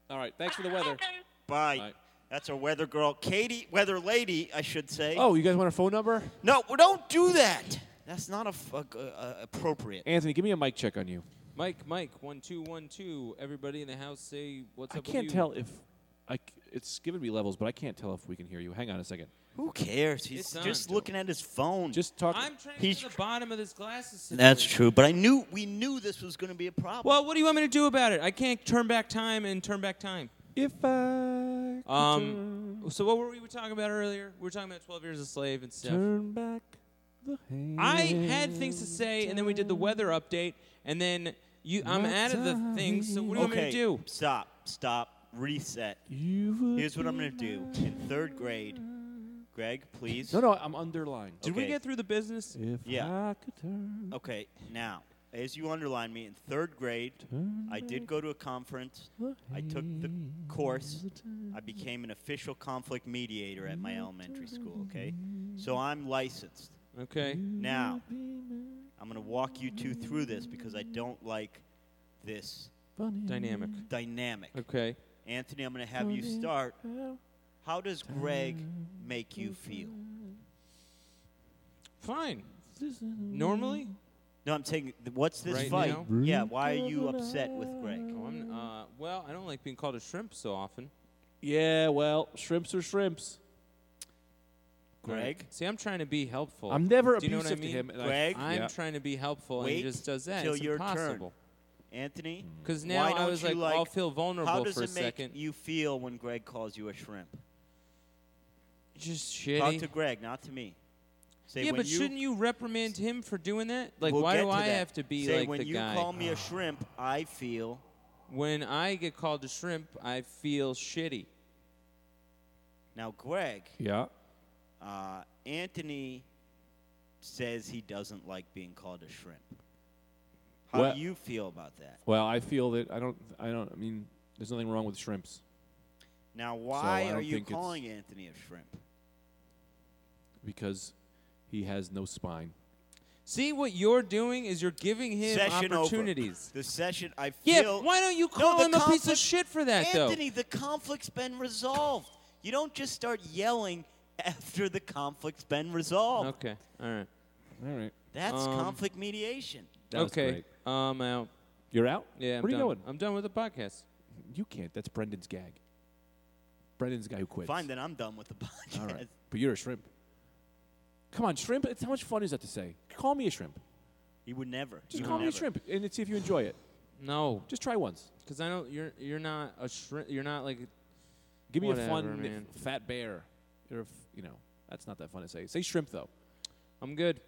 Speaker 2: All right. Thanks for the weather.
Speaker 4: Okay.
Speaker 3: Bye.
Speaker 2: Bye.
Speaker 3: That's our weather girl, Katie, weather lady, I should say.
Speaker 2: Oh, you guys want her phone number?
Speaker 3: No, well, don't do that. That's not a, f- a- a- a- appropriate.
Speaker 2: Anthony, give me a mic check on you.
Speaker 1: Mike, Mike, one two one two. Everybody in the house, say what's
Speaker 2: I
Speaker 1: up. with
Speaker 2: can't
Speaker 1: you?
Speaker 2: tell if I. c- It's given me levels, but I can't tell if we can hear you. Hang on a second.
Speaker 3: Who cares? He's
Speaker 1: It's on,
Speaker 3: just
Speaker 1: Joe.
Speaker 3: looking at his phone.
Speaker 2: Just talk.
Speaker 1: I'm trying to
Speaker 3: He's-
Speaker 1: get to the bottom of this glasses. Situation.
Speaker 3: That's true, but I knew we knew this was going to be a problem.
Speaker 1: Well, what do you want me to do about it? I can't turn back time and turn back time.
Speaker 2: if I
Speaker 1: Um, so what were we talking about earlier? We were talking about Twelve Years a Slave and stuff.
Speaker 2: turn back the hand.
Speaker 1: I had things to say, and then we did the weather update, and then you. I'm out of the things. So what do you
Speaker 3: okay,
Speaker 1: want me to do?
Speaker 3: stop, stop, reset.
Speaker 2: You would
Speaker 3: Here's what I'm
Speaker 2: be
Speaker 3: going to do. In third grade, Greg, please.
Speaker 2: No, no, I'm underlying.
Speaker 1: Did we
Speaker 3: okay.
Speaker 1: get through the business?
Speaker 2: If
Speaker 3: Yeah.
Speaker 2: I could turn.
Speaker 3: Okay, now, as you underlined me, in third grade, I did go to a conference. I took the course. I became an official conflict mediator at my elementary school, okay? So I'm licensed.
Speaker 1: Okay.
Speaker 3: Now, I'm going to walk you two through this because I don't like this
Speaker 1: Dynamic.
Speaker 3: dynamic.
Speaker 1: Okay.
Speaker 3: Anthony, I'm going to have you start. How does Greg make you feel?
Speaker 1: Fine. Normally,
Speaker 3: No, I'm saying, th- what's this
Speaker 1: Right
Speaker 3: fight?
Speaker 1: now?
Speaker 3: Yeah, why are you upset with Greg?
Speaker 1: oh, I'm, uh, well, I don't like being called a shrimp so often.
Speaker 2: Yeah, well, shrimps are shrimps.
Speaker 3: Greg?
Speaker 1: See, I'm trying to be helpful.
Speaker 2: I'm never
Speaker 1: Do you know what
Speaker 2: abusive
Speaker 1: I mean?
Speaker 2: to him. and I-
Speaker 3: Greg?
Speaker 1: I'm
Speaker 2: Yeah.
Speaker 1: trying to be helpful, and
Speaker 3: Wait
Speaker 1: he just does that.
Speaker 3: till
Speaker 1: it's
Speaker 3: your turn.
Speaker 1: impossible.
Speaker 3: Anthony?
Speaker 1: Because
Speaker 3: Why
Speaker 1: now I
Speaker 3: don't
Speaker 1: was
Speaker 3: you
Speaker 1: like,
Speaker 3: like-
Speaker 1: I'll feel vulnerable
Speaker 3: How does
Speaker 1: for
Speaker 3: it
Speaker 1: a
Speaker 3: make
Speaker 1: second.
Speaker 3: you feel when Greg calls you a shrimp?
Speaker 1: just
Speaker 3: Talk
Speaker 1: shitty.
Speaker 3: to Greg, not to me. Say
Speaker 1: yeah,
Speaker 3: when
Speaker 1: but
Speaker 3: you,
Speaker 1: shouldn't you reprimand him for doing that? Like,
Speaker 3: we'll
Speaker 1: why
Speaker 3: get
Speaker 1: do
Speaker 3: to
Speaker 1: I
Speaker 3: that.
Speaker 1: have to be
Speaker 3: Say,
Speaker 1: like
Speaker 3: when
Speaker 1: the
Speaker 3: you
Speaker 1: guy?
Speaker 3: call me a shrimp, I feel.
Speaker 1: when I get called a shrimp, I feel shitty.
Speaker 3: Now, Greg,
Speaker 2: Yeah.
Speaker 3: uh, Anthony says he doesn't like being called a shrimp. How
Speaker 2: Well-
Speaker 3: do you feel about that?
Speaker 2: Well, I feel that I don't. I don't. I mean, there's nothing wrong with shrimps.
Speaker 3: Now, why
Speaker 2: I
Speaker 3: are
Speaker 2: don't
Speaker 3: you
Speaker 2: think it's-
Speaker 3: calling Anthony a shrimp?
Speaker 2: because he has no spine.
Speaker 1: See what you're doing is you're giving him
Speaker 3: session over.
Speaker 1: opportunities.
Speaker 3: The session, I
Speaker 1: Yeah,
Speaker 3: feel.
Speaker 1: why don't you
Speaker 3: No,
Speaker 1: call
Speaker 3: the
Speaker 1: him a piece of
Speaker 3: conflict-
Speaker 1: shit for that
Speaker 3: Anthony, the conflict's been resolved. You don't just start yelling after the conflict's been
Speaker 1: though?
Speaker 3: resolved.
Speaker 1: Okay, all right.
Speaker 2: All right.
Speaker 3: That's
Speaker 1: Um,
Speaker 3: conflict mediation.
Speaker 2: That was
Speaker 1: okay,
Speaker 2: great.
Speaker 1: um, out.
Speaker 2: You're out.
Speaker 1: Yeah, I'm
Speaker 2: Where are you
Speaker 1: done.
Speaker 2: going?
Speaker 1: I'm done with the podcast.
Speaker 2: You can't. That's Brendan's gag. Brendan's the guy who quits.
Speaker 3: Fine, then I'm done with the podcast.
Speaker 2: All right. But you're a shrimp. Come on, shrimp. It's how much fun is that to say? Call me a shrimp.
Speaker 3: He would never.
Speaker 2: Just
Speaker 3: He would
Speaker 2: call me a
Speaker 3: never.
Speaker 2: shrimp and let's see if you enjoy it.
Speaker 1: No,
Speaker 2: Just try once.
Speaker 1: because I don't. You're you're not a shrimp. You're not like.
Speaker 2: Give me
Speaker 1: Whatever,
Speaker 2: a fun
Speaker 1: man.
Speaker 2: f- fat bear. You're a f- you know, that's not that fun to say. Say shrimp though.
Speaker 1: I'm good.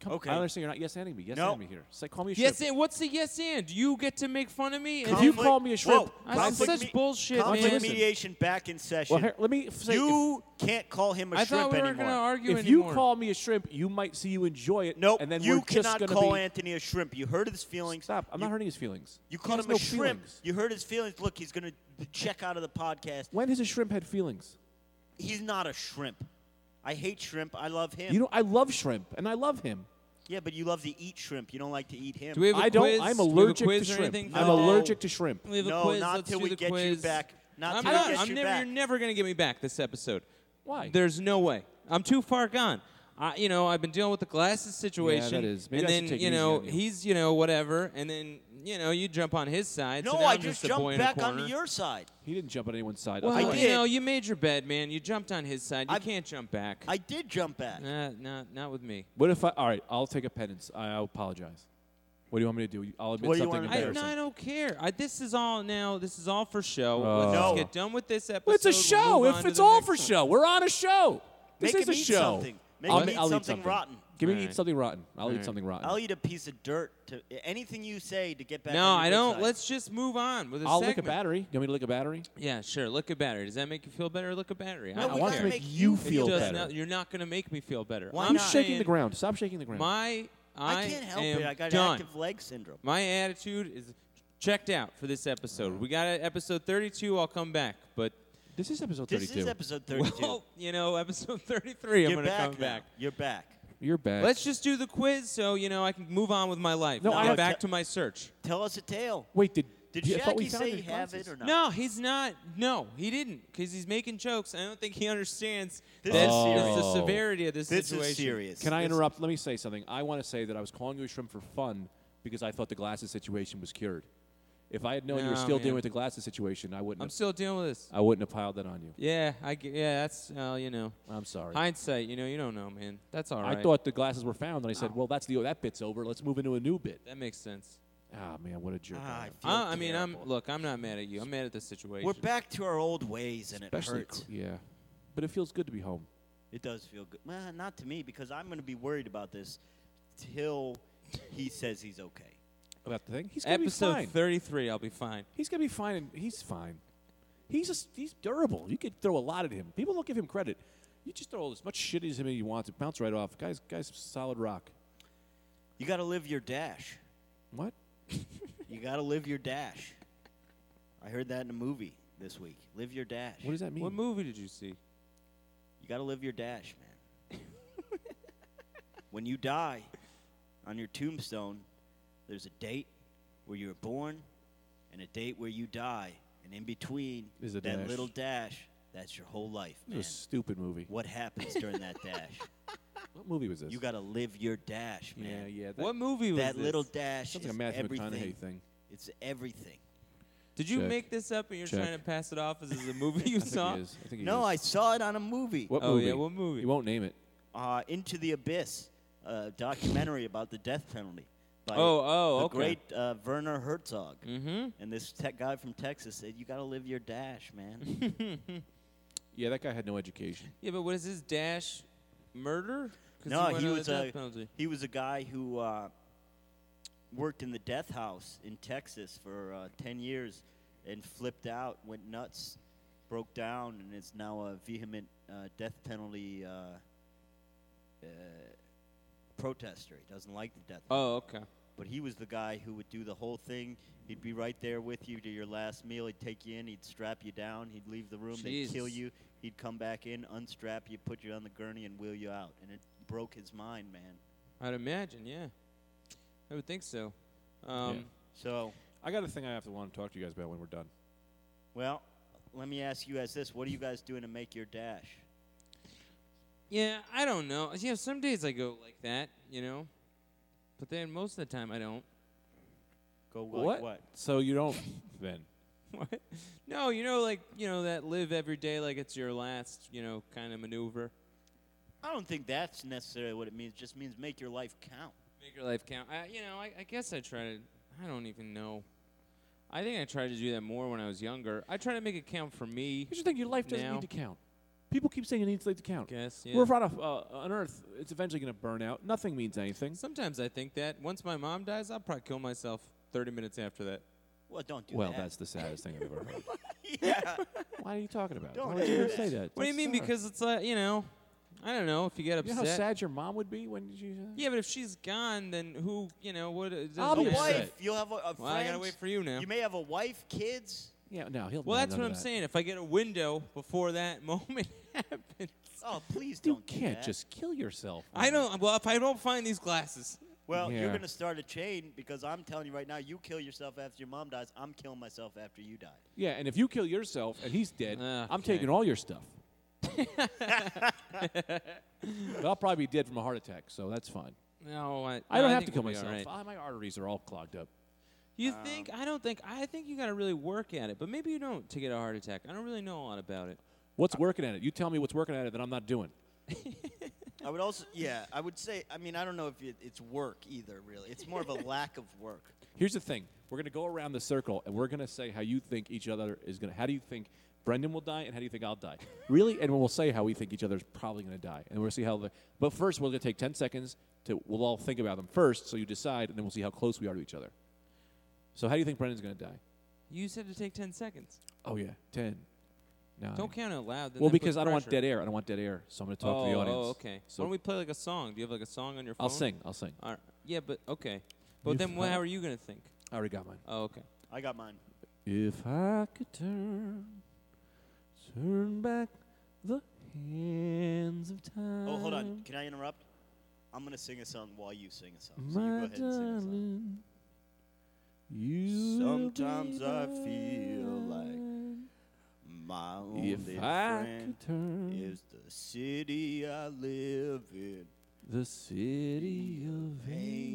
Speaker 2: Come
Speaker 3: Okay.
Speaker 2: I understand you're not yes anding me. Yes
Speaker 3: No.
Speaker 2: anding me here. Say call me a
Speaker 1: Yes
Speaker 2: shrimp.
Speaker 1: and what's the yes and? You get to make fun of me. and
Speaker 2: If you
Speaker 1: then-
Speaker 2: call me a shrimp,
Speaker 3: Whoa,
Speaker 1: I- that's
Speaker 3: conflict
Speaker 1: such bullshit,
Speaker 3: Conflict
Speaker 2: man.
Speaker 3: mediation back in session.
Speaker 2: well, here, let me f- say if-
Speaker 3: you can't call him a
Speaker 1: I
Speaker 3: shrimp
Speaker 1: thought we weren't
Speaker 3: anymore.
Speaker 1: going to argue
Speaker 2: if, you
Speaker 1: anymore.
Speaker 2: call me a shrimp, you might see you enjoy it.
Speaker 3: Nope,
Speaker 2: and then we're
Speaker 3: you
Speaker 2: just
Speaker 3: cannot
Speaker 2: gonna
Speaker 3: call
Speaker 2: be,
Speaker 3: Anthony a shrimp. You heard his feelings.
Speaker 2: Stop! I'm
Speaker 3: you,
Speaker 2: not hurting his feelings.
Speaker 3: You
Speaker 2: He
Speaker 3: called
Speaker 2: has
Speaker 3: him
Speaker 2: no
Speaker 3: a shrimp.
Speaker 2: feelings.
Speaker 3: You heard his feelings. Look, he's going to check out of the podcast.
Speaker 2: When has a shrimp had feelings?
Speaker 3: He's not a shrimp. I hate shrimp. I love him.
Speaker 2: You know, I love shrimp and I love him.
Speaker 3: yeah, but you love to eat shrimp. You don't like to eat him.
Speaker 1: Do we have a
Speaker 2: I don't.
Speaker 1: quiz?
Speaker 2: I'm
Speaker 1: Do we have a
Speaker 2: allergic
Speaker 1: quiz
Speaker 2: to
Speaker 1: or
Speaker 2: shrimp.
Speaker 1: anything for
Speaker 2: I'm
Speaker 1: that?
Speaker 3: No.
Speaker 2: allergic to shrimp.
Speaker 1: We have a
Speaker 3: No,
Speaker 1: quiz.
Speaker 3: not
Speaker 1: Let's
Speaker 3: till
Speaker 1: do
Speaker 3: we
Speaker 1: the
Speaker 3: get you
Speaker 1: quiz.
Speaker 3: back. Not
Speaker 1: I'm
Speaker 3: till we
Speaker 1: not.
Speaker 3: get
Speaker 1: I'm
Speaker 3: you
Speaker 1: never.
Speaker 3: back.
Speaker 1: You're never gonna get me back this episode.
Speaker 2: Why?
Speaker 1: There's no way. I'm too far gone. I, you know, I've been dealing with the glasses situation.
Speaker 2: is. Maybe
Speaker 1: and
Speaker 2: I should
Speaker 1: then,
Speaker 2: take it
Speaker 1: you
Speaker 2: easy
Speaker 1: know,
Speaker 2: on you.
Speaker 1: he's, you know, whatever. And then, you know, you jump on his side. so
Speaker 3: No,
Speaker 1: now
Speaker 3: I
Speaker 1: I'm
Speaker 3: just
Speaker 1: just a
Speaker 3: jumped
Speaker 1: boy in a
Speaker 3: back
Speaker 1: corner.
Speaker 3: onto your side.
Speaker 2: He didn't jump on anyone's side.
Speaker 1: Well,
Speaker 2: That's
Speaker 5: I
Speaker 2: why-
Speaker 1: you
Speaker 5: did.
Speaker 1: know, you made your bed, man. You jumped on his side. You
Speaker 3: I've-
Speaker 1: can't jump back.
Speaker 3: I did jump back.
Speaker 1: Nah, nah, not with me.
Speaker 2: What if I? All right, I'll take a penance. I, I apologize. What do you want me to do? I'll admit
Speaker 5: What do you
Speaker 2: something
Speaker 5: want to
Speaker 1: I,
Speaker 5: do?
Speaker 1: no,
Speaker 2: embarrassing.
Speaker 1: I don't care. I, this is all now. This is all for show.
Speaker 2: Oh.
Speaker 1: Let's
Speaker 5: No.
Speaker 1: just get done with this episode.
Speaker 2: Well, it's a
Speaker 1: We'll
Speaker 2: show.
Speaker 1: move on
Speaker 2: if
Speaker 1: to
Speaker 2: it's
Speaker 1: the
Speaker 2: all
Speaker 1: next
Speaker 2: for
Speaker 1: one.
Speaker 2: show, we're on a show. This
Speaker 3: Make
Speaker 2: is
Speaker 3: him
Speaker 2: a
Speaker 3: eat
Speaker 2: show.
Speaker 3: something. Make
Speaker 2: I'll,
Speaker 3: him eat
Speaker 2: I'll
Speaker 3: something rotten.
Speaker 2: Give me
Speaker 1: All
Speaker 2: eat
Speaker 1: right.
Speaker 2: something rotten. I'll eat something rotten.
Speaker 3: I'll eat a piece of dirt to anything you say to get back.
Speaker 1: No,
Speaker 3: on your
Speaker 1: I
Speaker 3: good
Speaker 1: don't.
Speaker 3: side.
Speaker 1: Let's just move on with a
Speaker 2: I'll lick
Speaker 1: segment.
Speaker 2: a battery. You want me to lick a battery?
Speaker 1: Yeah, sure. Lick a battery. Does that make you feel better? Lick a battery.
Speaker 3: No,
Speaker 1: I
Speaker 3: we
Speaker 1: don't
Speaker 2: want
Speaker 3: gotta
Speaker 2: to
Speaker 1: care.
Speaker 2: make
Speaker 3: make
Speaker 2: you
Speaker 3: you
Speaker 2: feel
Speaker 1: It does
Speaker 2: better.
Speaker 1: not- you're not going to make me feel better.
Speaker 3: Why
Speaker 1: I'm
Speaker 2: I'm
Speaker 3: not?
Speaker 2: shaking the
Speaker 1: saying
Speaker 2: ground. Stop shaking the ground.
Speaker 1: My I,
Speaker 3: I can't help
Speaker 1: am
Speaker 3: it. I got
Speaker 1: done.
Speaker 3: active leg syndrome.
Speaker 1: My attitude is checked out for this
Speaker 2: Oh.
Speaker 1: episode. We got a- episode 32. I'll come back, but
Speaker 2: this is episode
Speaker 3: This
Speaker 2: 32.
Speaker 3: is episode 32.
Speaker 1: well, you know, episode 33. I'm
Speaker 3: You're
Speaker 1: going to
Speaker 3: back,
Speaker 1: come
Speaker 3: now.
Speaker 1: back.
Speaker 3: You're back.
Speaker 2: You're back.
Speaker 1: Let's just do the quiz so you know I can move on with my life.
Speaker 2: No,
Speaker 1: and
Speaker 2: I
Speaker 1: get
Speaker 3: have-
Speaker 1: back to my search.
Speaker 3: Tell us a tale.
Speaker 2: Wait, did
Speaker 3: Did
Speaker 2: I thought we
Speaker 3: Jackie
Speaker 2: found
Speaker 3: say
Speaker 2: it in
Speaker 3: have
Speaker 2: classes.
Speaker 3: it or not?
Speaker 1: No, he's not. No, he didn't, because he's making jokes. I don't think he understands
Speaker 3: This
Speaker 1: that-
Speaker 3: is
Speaker 1: the-
Speaker 2: serious.
Speaker 1: the severity of this,
Speaker 3: This
Speaker 1: situation.
Speaker 3: is serious.
Speaker 2: Can I
Speaker 3: This-
Speaker 2: interrupt? Let me say something. I want to say that I was calling you a shrimp for fun because I thought the glasses situation was cured. If I had known you were
Speaker 1: No,
Speaker 2: still
Speaker 1: man.
Speaker 2: dealing with the glasses situation, I wouldn't.
Speaker 1: I'm
Speaker 2: Have,
Speaker 1: still dealing with this.
Speaker 2: I wouldn't have piled that on you.
Speaker 1: Yeah, I g- yeah, that's uh, you know
Speaker 2: I'm sorry.
Speaker 1: hindsight. You know, you don't know, man. That's all right.
Speaker 2: I thought the glasses were found, and I
Speaker 3: Oh.
Speaker 2: said, "Well, that's the that bit's over. Let's move into a new bit."
Speaker 1: that makes sense.
Speaker 2: Ah, man, what a jerk!
Speaker 3: Ah,
Speaker 2: I
Speaker 3: I
Speaker 2: am.
Speaker 3: feel
Speaker 1: Uh, I, I mean, I'm
Speaker 3: terrible.
Speaker 1: look. I'm not mad at you. I'm mad at the situation.
Speaker 3: We're back to our old ways, and it
Speaker 2: Especially,
Speaker 3: hurts.
Speaker 2: cr- yeah, but it feels good to be home.
Speaker 3: It does feel good. Well, not to me because I'm going to be worried about this till he says he's okay.
Speaker 2: About the thing, he's gonna
Speaker 1: Episode
Speaker 2: be fine.
Speaker 1: 33. I'll be fine.
Speaker 2: he's gonna be fine, and he's fine. He's just he's durable. You could throw a lot at him. People don't give him credit. You just throw as much shit as him as you want to bounce right off. Guys, guys, solid rock.
Speaker 3: You got to live your dash.
Speaker 2: What?
Speaker 3: You got to live your dash. I heard that in a movie this week. Live your dash.
Speaker 2: What does that mean?
Speaker 1: What movie did you see?
Speaker 3: You got to live your dash, man. when you die, on your tombstone, there's a date where you were born and a date where you die, and in between
Speaker 2: Is a
Speaker 3: that
Speaker 2: dash.
Speaker 3: little dash, that's your whole life,
Speaker 2: It
Speaker 3: man.
Speaker 2: was a stupid movie.
Speaker 3: What happens during that dash?
Speaker 2: What movie was this?
Speaker 3: You got to live your dash,
Speaker 2: yeah,
Speaker 3: man.
Speaker 2: yeah. That
Speaker 1: What movie was
Speaker 3: That
Speaker 1: this?
Speaker 3: little dash
Speaker 2: sounds
Speaker 3: is
Speaker 2: like a Matthew
Speaker 3: everything.
Speaker 2: McConaughey thing.
Speaker 3: It's everything.
Speaker 1: Did you
Speaker 2: Check.
Speaker 1: make this up and you're
Speaker 2: Check.
Speaker 1: trying to pass it off as is a movie you
Speaker 2: I think
Speaker 1: saw?
Speaker 2: he is. I think he
Speaker 3: No, I
Speaker 2: is.
Speaker 3: saw it on a movie.
Speaker 2: What
Speaker 1: Oh,
Speaker 2: movie?
Speaker 1: yeah, what movie?
Speaker 2: You won't name it.
Speaker 3: Uh, Into the Abyss, a documentary about the death penalty. By
Speaker 1: Oh, oh,
Speaker 3: the
Speaker 1: okay.
Speaker 3: great uh, Werner Herzog.
Speaker 1: Mm-hmm.
Speaker 3: And this tech guy from Texas said, "You got to live your dash, man."
Speaker 2: Yeah, that guy had no education.
Speaker 1: Yeah, but what is his dash? Murder? 'Cause
Speaker 3: no,
Speaker 1: went
Speaker 3: he
Speaker 1: on the
Speaker 3: was uh,
Speaker 1: death
Speaker 3: a
Speaker 1: penalty.
Speaker 3: he was a guy who uh, worked in the death house in Texas for uh, ten years, and flipped out, went nuts, broke down, and is now a vehement uh, death penalty uh, uh, protester. He doesn't like the death. penalty.
Speaker 1: Oh, okay.
Speaker 3: But he was the guy who would do the whole thing. He'd be right there with you to your last meal. He'd take you in. He'd strap you down. He'd leave the room. They'd kill
Speaker 1: Jesus.
Speaker 3: you. He'd come back in, unstrap you, put you on the gurney, and wheel you out. And it broke his mind, man.
Speaker 1: I'd imagine, yeah. I would think so. Um,
Speaker 2: Yeah.
Speaker 3: So,
Speaker 2: I got a thing I have to want to talk to you guys about when we're done.
Speaker 3: well, let me ask you guys this: What are you guys doing to make your dash?
Speaker 1: Yeah, I don't know. You know, some days I go like that, you know, but then most of the time I don't.
Speaker 3: Go like what?
Speaker 2: So you don't then?
Speaker 1: What? No, you know, like you know that live every day like it's your last, you know, kind of maneuver.
Speaker 3: I don't think that's necessarily what it means. It just means make your life count.
Speaker 1: Make your life count. I, you know, I, I guess I try to. I don't even know. I think I tried to do that more when I was younger. I try to make it count for me.
Speaker 2: Here's the thing: your life doesn't
Speaker 1: Now.
Speaker 2: need to count. People keep saying it needs to count.
Speaker 1: Guess, yeah.
Speaker 2: We're on a, uh, on Earth. It's eventually going to burn out. Nothing means anything.
Speaker 1: Sometimes I think that once my mom dies, I'll probably kill myself 30 minutes after that.
Speaker 3: Well, don't do
Speaker 2: well,
Speaker 3: that.
Speaker 2: that's the saddest thing I've ever heard.
Speaker 3: yeah.
Speaker 2: Why are you talking about?
Speaker 3: Don't
Speaker 2: Why would you even say that?
Speaker 1: What do you
Speaker 2: That's
Speaker 1: mean?
Speaker 2: sad.
Speaker 1: Because it's like you know, I don't know if you get
Speaker 2: you
Speaker 1: upset.
Speaker 2: know how sad your mom would be when you. uh,
Speaker 1: Yeah, but if she's gone, then who, you know, what? It doesn't
Speaker 2: I'll be
Speaker 3: a
Speaker 1: matter.
Speaker 2: upset.
Speaker 3: wife. You'll have a, a
Speaker 1: Well, I gotta
Speaker 3: friends.
Speaker 1: wait for you now.
Speaker 3: You may have a wife, kids.
Speaker 2: Yeah, no, he'll.
Speaker 1: Well,
Speaker 2: no,
Speaker 1: that's
Speaker 2: none
Speaker 1: what
Speaker 2: of
Speaker 1: I'm
Speaker 2: that.
Speaker 1: saying. If I get a window before that moment happens,
Speaker 3: Oh, please
Speaker 2: You
Speaker 3: don't. do
Speaker 2: can't
Speaker 3: that.
Speaker 2: just kill yourself.
Speaker 1: I don't. Well, if I don't find these glasses,
Speaker 3: Well,
Speaker 2: Yeah.
Speaker 3: you're going to start a chain because I'm telling you right now, you kill yourself after your mom dies. I'm killing myself after you die.
Speaker 2: Yeah, and if you kill yourself and he's dead,
Speaker 1: Ah,
Speaker 2: I'm
Speaker 1: okay.
Speaker 2: taking all your stuff. But I'll probably be dead from a heart attack, so that's fine.
Speaker 1: No, I,
Speaker 2: I don't have to
Speaker 1: think
Speaker 2: kill
Speaker 1: we'll be all
Speaker 2: myself.
Speaker 1: right.
Speaker 2: Ah, my arteries are all clogged up.
Speaker 1: You
Speaker 2: Um,
Speaker 1: think? I don't think. I think you got to really work at it. But maybe you don't to get a heart attack. I don't really know a lot about it.
Speaker 2: What's working at it? You tell me what's working at it that I'm not doing.
Speaker 3: I would also, yeah, I would say. I mean, I don't know if it, it's work either. Really, it's more of a lack of work.
Speaker 2: Here's the thing: we're gonna go around the circle and we're gonna say how you think each other is gonna. How do you think Brendan will die, and how do you think I'll die? really, and we'll say how we think each other's probably gonna die, and we'll see how the. But first, we're gonna take ten seconds to. We'll all think about them first, so you decide, and then we'll see how close we are to each other. So, how do you think Brendan's gonna die?
Speaker 1: You said to take ten seconds.
Speaker 2: Oh yeah, ten. Nine.
Speaker 1: Don't count out loud. then
Speaker 2: Well,
Speaker 1: that puts
Speaker 2: because I don't want
Speaker 1: pressure.
Speaker 2: dead air. I don't want dead air, so I'm gonna talk
Speaker 1: oh,
Speaker 2: to the audience.
Speaker 1: Oh, okay.
Speaker 2: So
Speaker 1: Why don't we play like a song? Do you have like a song on your phone?
Speaker 2: I'll sing. I'll sing.
Speaker 1: All right. Yeah, but okay. But
Speaker 2: You've
Speaker 1: then, wha-
Speaker 2: got-
Speaker 1: how are you gonna think?
Speaker 2: I already got mine.
Speaker 1: Oh, okay.
Speaker 3: I got mine.
Speaker 2: If I could turn, turn back the hands of time.
Speaker 3: Oh, hold on. Can I interrupt? I'm gonna sing a song while you sing a song. So you go
Speaker 2: My
Speaker 3: ahead and sing a song.
Speaker 2: darling, you will be
Speaker 3: Sometimes I feel like
Speaker 2: mine.
Speaker 3: my only
Speaker 2: If I
Speaker 3: friend
Speaker 2: could turn
Speaker 3: is the city I live in.
Speaker 2: the city of angels.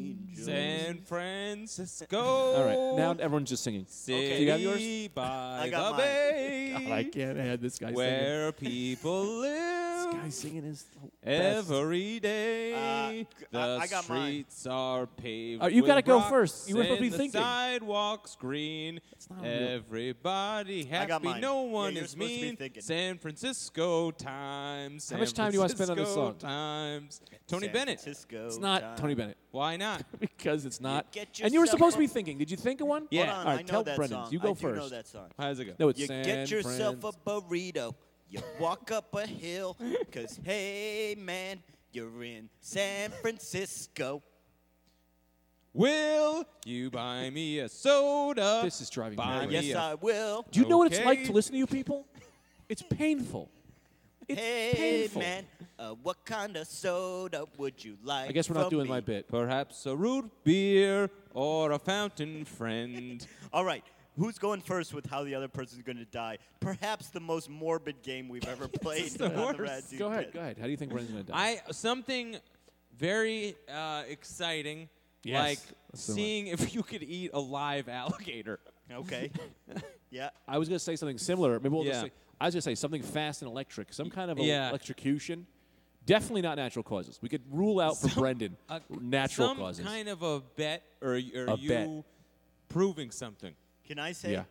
Speaker 3: Angels.
Speaker 1: San Francisco.
Speaker 2: All right, now everyone's just singing.
Speaker 1: City
Speaker 2: Do you have yours?
Speaker 1: by
Speaker 3: I got
Speaker 1: the
Speaker 3: mine.
Speaker 1: bay,
Speaker 2: God, I can't add this guy singing.
Speaker 1: where people live.
Speaker 2: This guy singing is the best. Uh,
Speaker 1: Every day,
Speaker 3: Uh,
Speaker 1: the
Speaker 3: I- I got mine.
Speaker 1: streets are paved.
Speaker 2: Uh, you
Speaker 1: with
Speaker 2: gotta go
Speaker 1: rocks
Speaker 2: first. You were supposed to be
Speaker 1: and the
Speaker 2: thinking.
Speaker 1: Sidewalks green.
Speaker 2: That's not real.
Speaker 1: Everybody happy.
Speaker 3: I got mine.
Speaker 1: No
Speaker 3: Yeah,
Speaker 1: one
Speaker 3: you're
Speaker 1: is
Speaker 3: supposed to be
Speaker 1: mean.
Speaker 3: thinking.
Speaker 1: San Francisco times.
Speaker 2: How much time do you wanna spend on this song?
Speaker 1: Times. Tony
Speaker 3: San
Speaker 1: Bennett.
Speaker 3: Francisco
Speaker 2: It's not
Speaker 3: time.
Speaker 2: Tony Bennett
Speaker 1: Why not?
Speaker 2: because it's not.
Speaker 3: get
Speaker 2: and you were
Speaker 3: yourself
Speaker 2: supposed to be
Speaker 3: up.
Speaker 2: thinking. Did you think of one?
Speaker 1: Yeah.
Speaker 3: Hold on,
Speaker 2: All
Speaker 3: I
Speaker 2: right,
Speaker 3: know
Speaker 2: tell
Speaker 3: that
Speaker 2: Brendan.
Speaker 3: song.
Speaker 2: You go
Speaker 3: I
Speaker 2: first.
Speaker 3: Do know that song.
Speaker 1: How's it go?
Speaker 2: No, it's
Speaker 3: You
Speaker 2: San
Speaker 3: get yourself
Speaker 2: Francisco.
Speaker 3: a burrito. You walk up a hill. Cause hey man, you're in San Francisco.
Speaker 1: Will you buy me a soda?
Speaker 2: This is driving me
Speaker 1: Buy
Speaker 2: crazy.
Speaker 1: me
Speaker 3: Yes,
Speaker 1: a
Speaker 3: I will.
Speaker 2: Do you know what it's like
Speaker 1: Okay.
Speaker 2: to listen to you people? It's painful. It's
Speaker 3: hey
Speaker 2: painful.
Speaker 3: man, uh, what kind of soda would you like?
Speaker 2: I guess we're not
Speaker 3: from
Speaker 2: doing
Speaker 3: me?
Speaker 2: my bit.
Speaker 1: Perhaps a root beer or a fountain friend.
Speaker 3: All right. Who's going first with how the other person's going to die? Perhaps the most morbid game we've ever played.
Speaker 1: the
Speaker 3: on the
Speaker 1: worst.
Speaker 3: Rad Dude
Speaker 2: Go ahead,
Speaker 3: Pit.
Speaker 2: go ahead. How do you think Brendan's gonna die?
Speaker 1: I something very uh, exciting,
Speaker 2: Yes.
Speaker 1: like
Speaker 2: Let's do it.
Speaker 1: seeing if you could eat a live alligator.
Speaker 3: Okay. yeah.
Speaker 2: I, was gonna say something similar. Maybe we'll just
Speaker 1: Yeah.
Speaker 2: say, I was gonna say something fast and electric, some kind of a
Speaker 1: Yeah.
Speaker 2: electrocution. Definitely not natural causes. We could rule out for Brendan
Speaker 1: A-
Speaker 2: natural
Speaker 1: uh, some
Speaker 2: causes.
Speaker 1: kind of a bet, or, y- or
Speaker 2: A
Speaker 1: you
Speaker 2: bet.
Speaker 1: proving something.
Speaker 3: Can I say,
Speaker 2: yeah.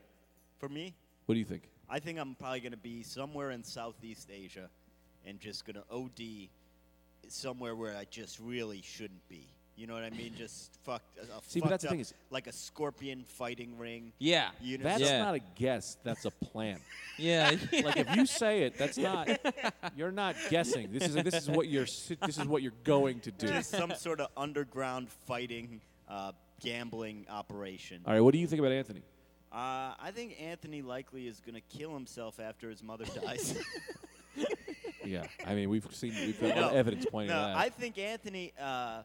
Speaker 3: for me,
Speaker 2: What do you think?
Speaker 3: I think I'm probably going to be somewhere in Southeast Asia and just going to OD somewhere where I just really shouldn't be. You know what I mean? Just fucked, a, a
Speaker 2: See, but
Speaker 3: fucked
Speaker 2: that's the
Speaker 3: up,
Speaker 2: thing is-
Speaker 3: like a scorpion fighting ring.
Speaker 1: Yeah,
Speaker 3: You know,
Speaker 2: That's
Speaker 1: Yeah.
Speaker 2: not a guess. That's a plan.
Speaker 1: yeah.
Speaker 2: like if you say it, that's not. You're not guessing. This is this is what you're s- this is what you're going to do.
Speaker 3: just some sort of underground fighting, uh, gambling operation.
Speaker 2: All right. What do you think about Anthony?
Speaker 3: Uh, I think Anthony likely is going to kill himself after his mother dies.
Speaker 2: Yeah. I mean, we've seen we've got a lot of
Speaker 3: No,
Speaker 2: evidence pointing
Speaker 3: no,
Speaker 2: that.
Speaker 3: I think Anthony. Uh,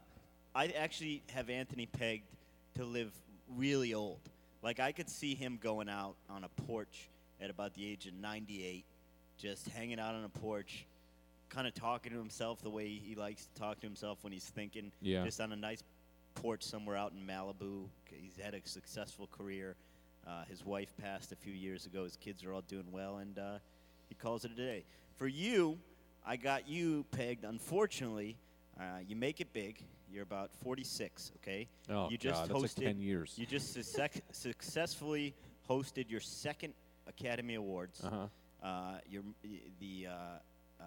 Speaker 3: I actually have Anthony pegged to live really old. Like I could see him going out on a porch at about the age of 98, just hanging out on a porch, kind of talking to himself the way he likes to talk to himself when he's thinking.
Speaker 2: Yeah.
Speaker 3: Just on a nice porch somewhere out in Malibu. He's had a successful career. Uh, his wife passed a few years ago. His kids are all doing well, and uh, he calls it a day. For you, I got you pegged. Unfortunately, uh, you make it big. You're about 46, okay?
Speaker 2: Oh,
Speaker 3: you just
Speaker 2: God,
Speaker 3: hosted,
Speaker 2: that's like 10 years.
Speaker 3: You just success- successfully hosted your second Academy Awards.
Speaker 2: Uh-huh.
Speaker 3: Uh, you're the uh, uh,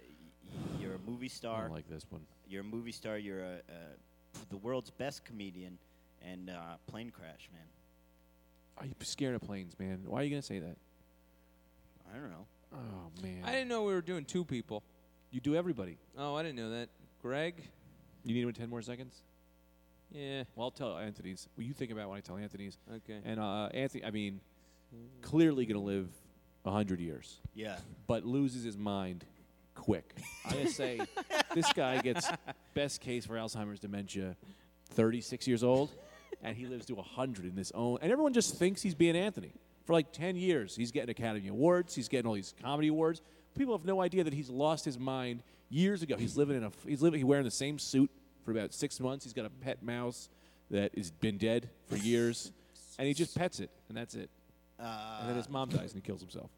Speaker 3: y- you're a movie
Speaker 2: I
Speaker 3: star
Speaker 2: don't like this one.
Speaker 3: you're a movie star. You're a, a the world's best comedian, and uh, plane crash, man.
Speaker 2: Are you scared of planes, man? Why are you gonna say that?
Speaker 3: I don't know.
Speaker 2: Oh man.
Speaker 1: I didn't know we were doing two people.
Speaker 2: you do everybody.
Speaker 1: Oh, I didn't know that. Greg.
Speaker 2: You need him in ten more seconds.
Speaker 1: Yeah.
Speaker 2: Well, I'll tell Anthony's. What you think about when I tell Anthony's?
Speaker 1: Okay.
Speaker 2: And uh, Anthony, I mean, clearly gonna live hundred years.
Speaker 3: Yeah,
Speaker 2: but loses his mind quick. I'm gonna say this guy gets best case for Alzheimer's dementia, 36 years old, and he lives to 100 in this own. And everyone just thinks he's being Anthony for like 10 years. He's getting Academy Awards. He's getting all these comedy awards. People have no idea that he's lost his mind years ago. He's living in a f- he's living he's wearing the same suit for about six months. He's got a pet mouse that has been dead for years, and he just pets it, and that's it. and then his mom dies, and he kills himself.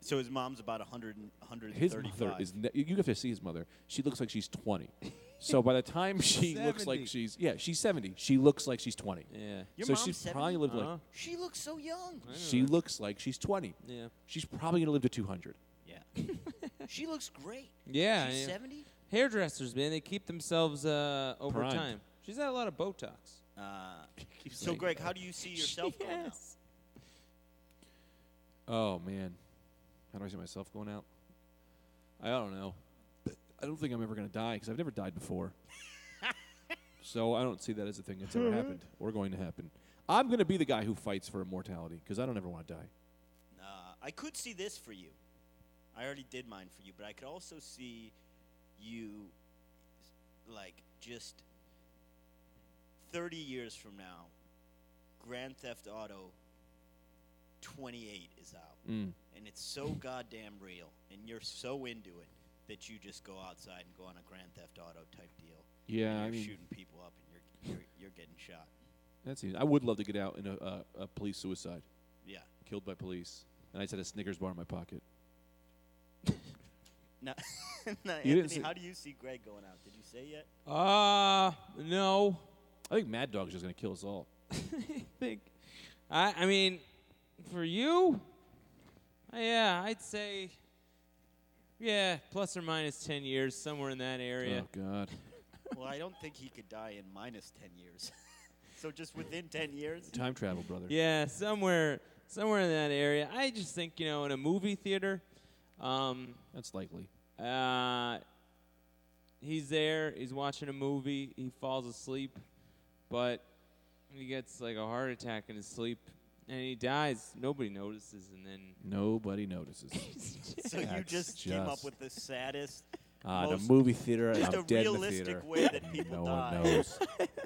Speaker 3: So his mom's about 100, and- 135.
Speaker 2: His mother is ne- you you have to see his mother. She looks like she's twenty. So by the time she looks
Speaker 1: 70.
Speaker 2: like she's yeah she's seventy, she looks like she's twenty.
Speaker 1: Yeah.
Speaker 3: Your
Speaker 2: so
Speaker 3: mom's
Speaker 2: she's
Speaker 3: 70?
Speaker 2: probably lived
Speaker 1: Uh-huh.
Speaker 2: like
Speaker 3: She looks so young.
Speaker 2: she looks like she's twenty.
Speaker 1: Yeah.
Speaker 2: She's probably gonna live to two hundred.
Speaker 3: Yeah. she looks great.
Speaker 1: Yeah.
Speaker 3: She's
Speaker 1: yeah.
Speaker 3: 70?
Speaker 1: Hairdressers, man, they keep themselves uh, over
Speaker 2: Primed.
Speaker 1: time. She's had a lot of Botox.
Speaker 3: Uh,
Speaker 2: Keep
Speaker 3: so,
Speaker 2: saying
Speaker 3: Greg, how do you see yourself going out?
Speaker 2: Oh man, how do I see myself going out? I don't know. I don't think I'm ever gonna die because I've never died before. so I don't see that as a thing that's ever happened or going to happen. I'm gonna be the guy who fights for immortality because I don't ever want to die.
Speaker 3: Uh, I could see this for you. I already did mine for you, but I could also see you, like, just 30 years from now, Grand Theft Auto 28 is out.
Speaker 2: Mm.
Speaker 3: And it's so goddamn real, and you're so into it that you just go outside and go on a Grand Theft Auto type deal.
Speaker 2: Yeah, Uh,
Speaker 3: and
Speaker 2: I
Speaker 3: you're
Speaker 2: mean-
Speaker 3: shooting people up, and you're, you're, you're getting shot.
Speaker 2: That's easy. I would love to get out in a, uh, a police suicide,
Speaker 3: Yeah.
Speaker 2: killed by police, and I just had a Snickers bar in my pocket.
Speaker 3: Now, now
Speaker 2: didn't
Speaker 3: Anthony,
Speaker 2: see-
Speaker 3: how do you see Greg going out? Did you say yet?
Speaker 1: Uh, no.
Speaker 2: I think Mad Dog's just gonna kill us all.
Speaker 1: Big. I, I mean, for you, yeah, I'd say, yeah, plus or minus 10 years, somewhere in that area.
Speaker 2: Oh God.
Speaker 3: Well, I don't think he could die in minus 10 years. so just within 10 years?
Speaker 2: Time travel, brother.
Speaker 1: Yeah, somewhere, somewhere in that area. I just think you know, in a movie theater, um,
Speaker 2: That's likely.
Speaker 1: uh, he's there. He's watching a movie. He falls asleep, but he gets like a heart attack in his sleep, and he dies. Nobody notices, and then
Speaker 2: Nobody notices.
Speaker 3: So you
Speaker 2: That's
Speaker 3: just, came up
Speaker 2: just-
Speaker 3: with the saddest.
Speaker 2: Ah, the
Speaker 3: most-
Speaker 2: movie theater. and
Speaker 3: just
Speaker 2: I'm
Speaker 3: a
Speaker 2: dead
Speaker 3: realistic
Speaker 2: in the theater.
Speaker 3: way that people
Speaker 2: no
Speaker 3: die.
Speaker 2: one knows.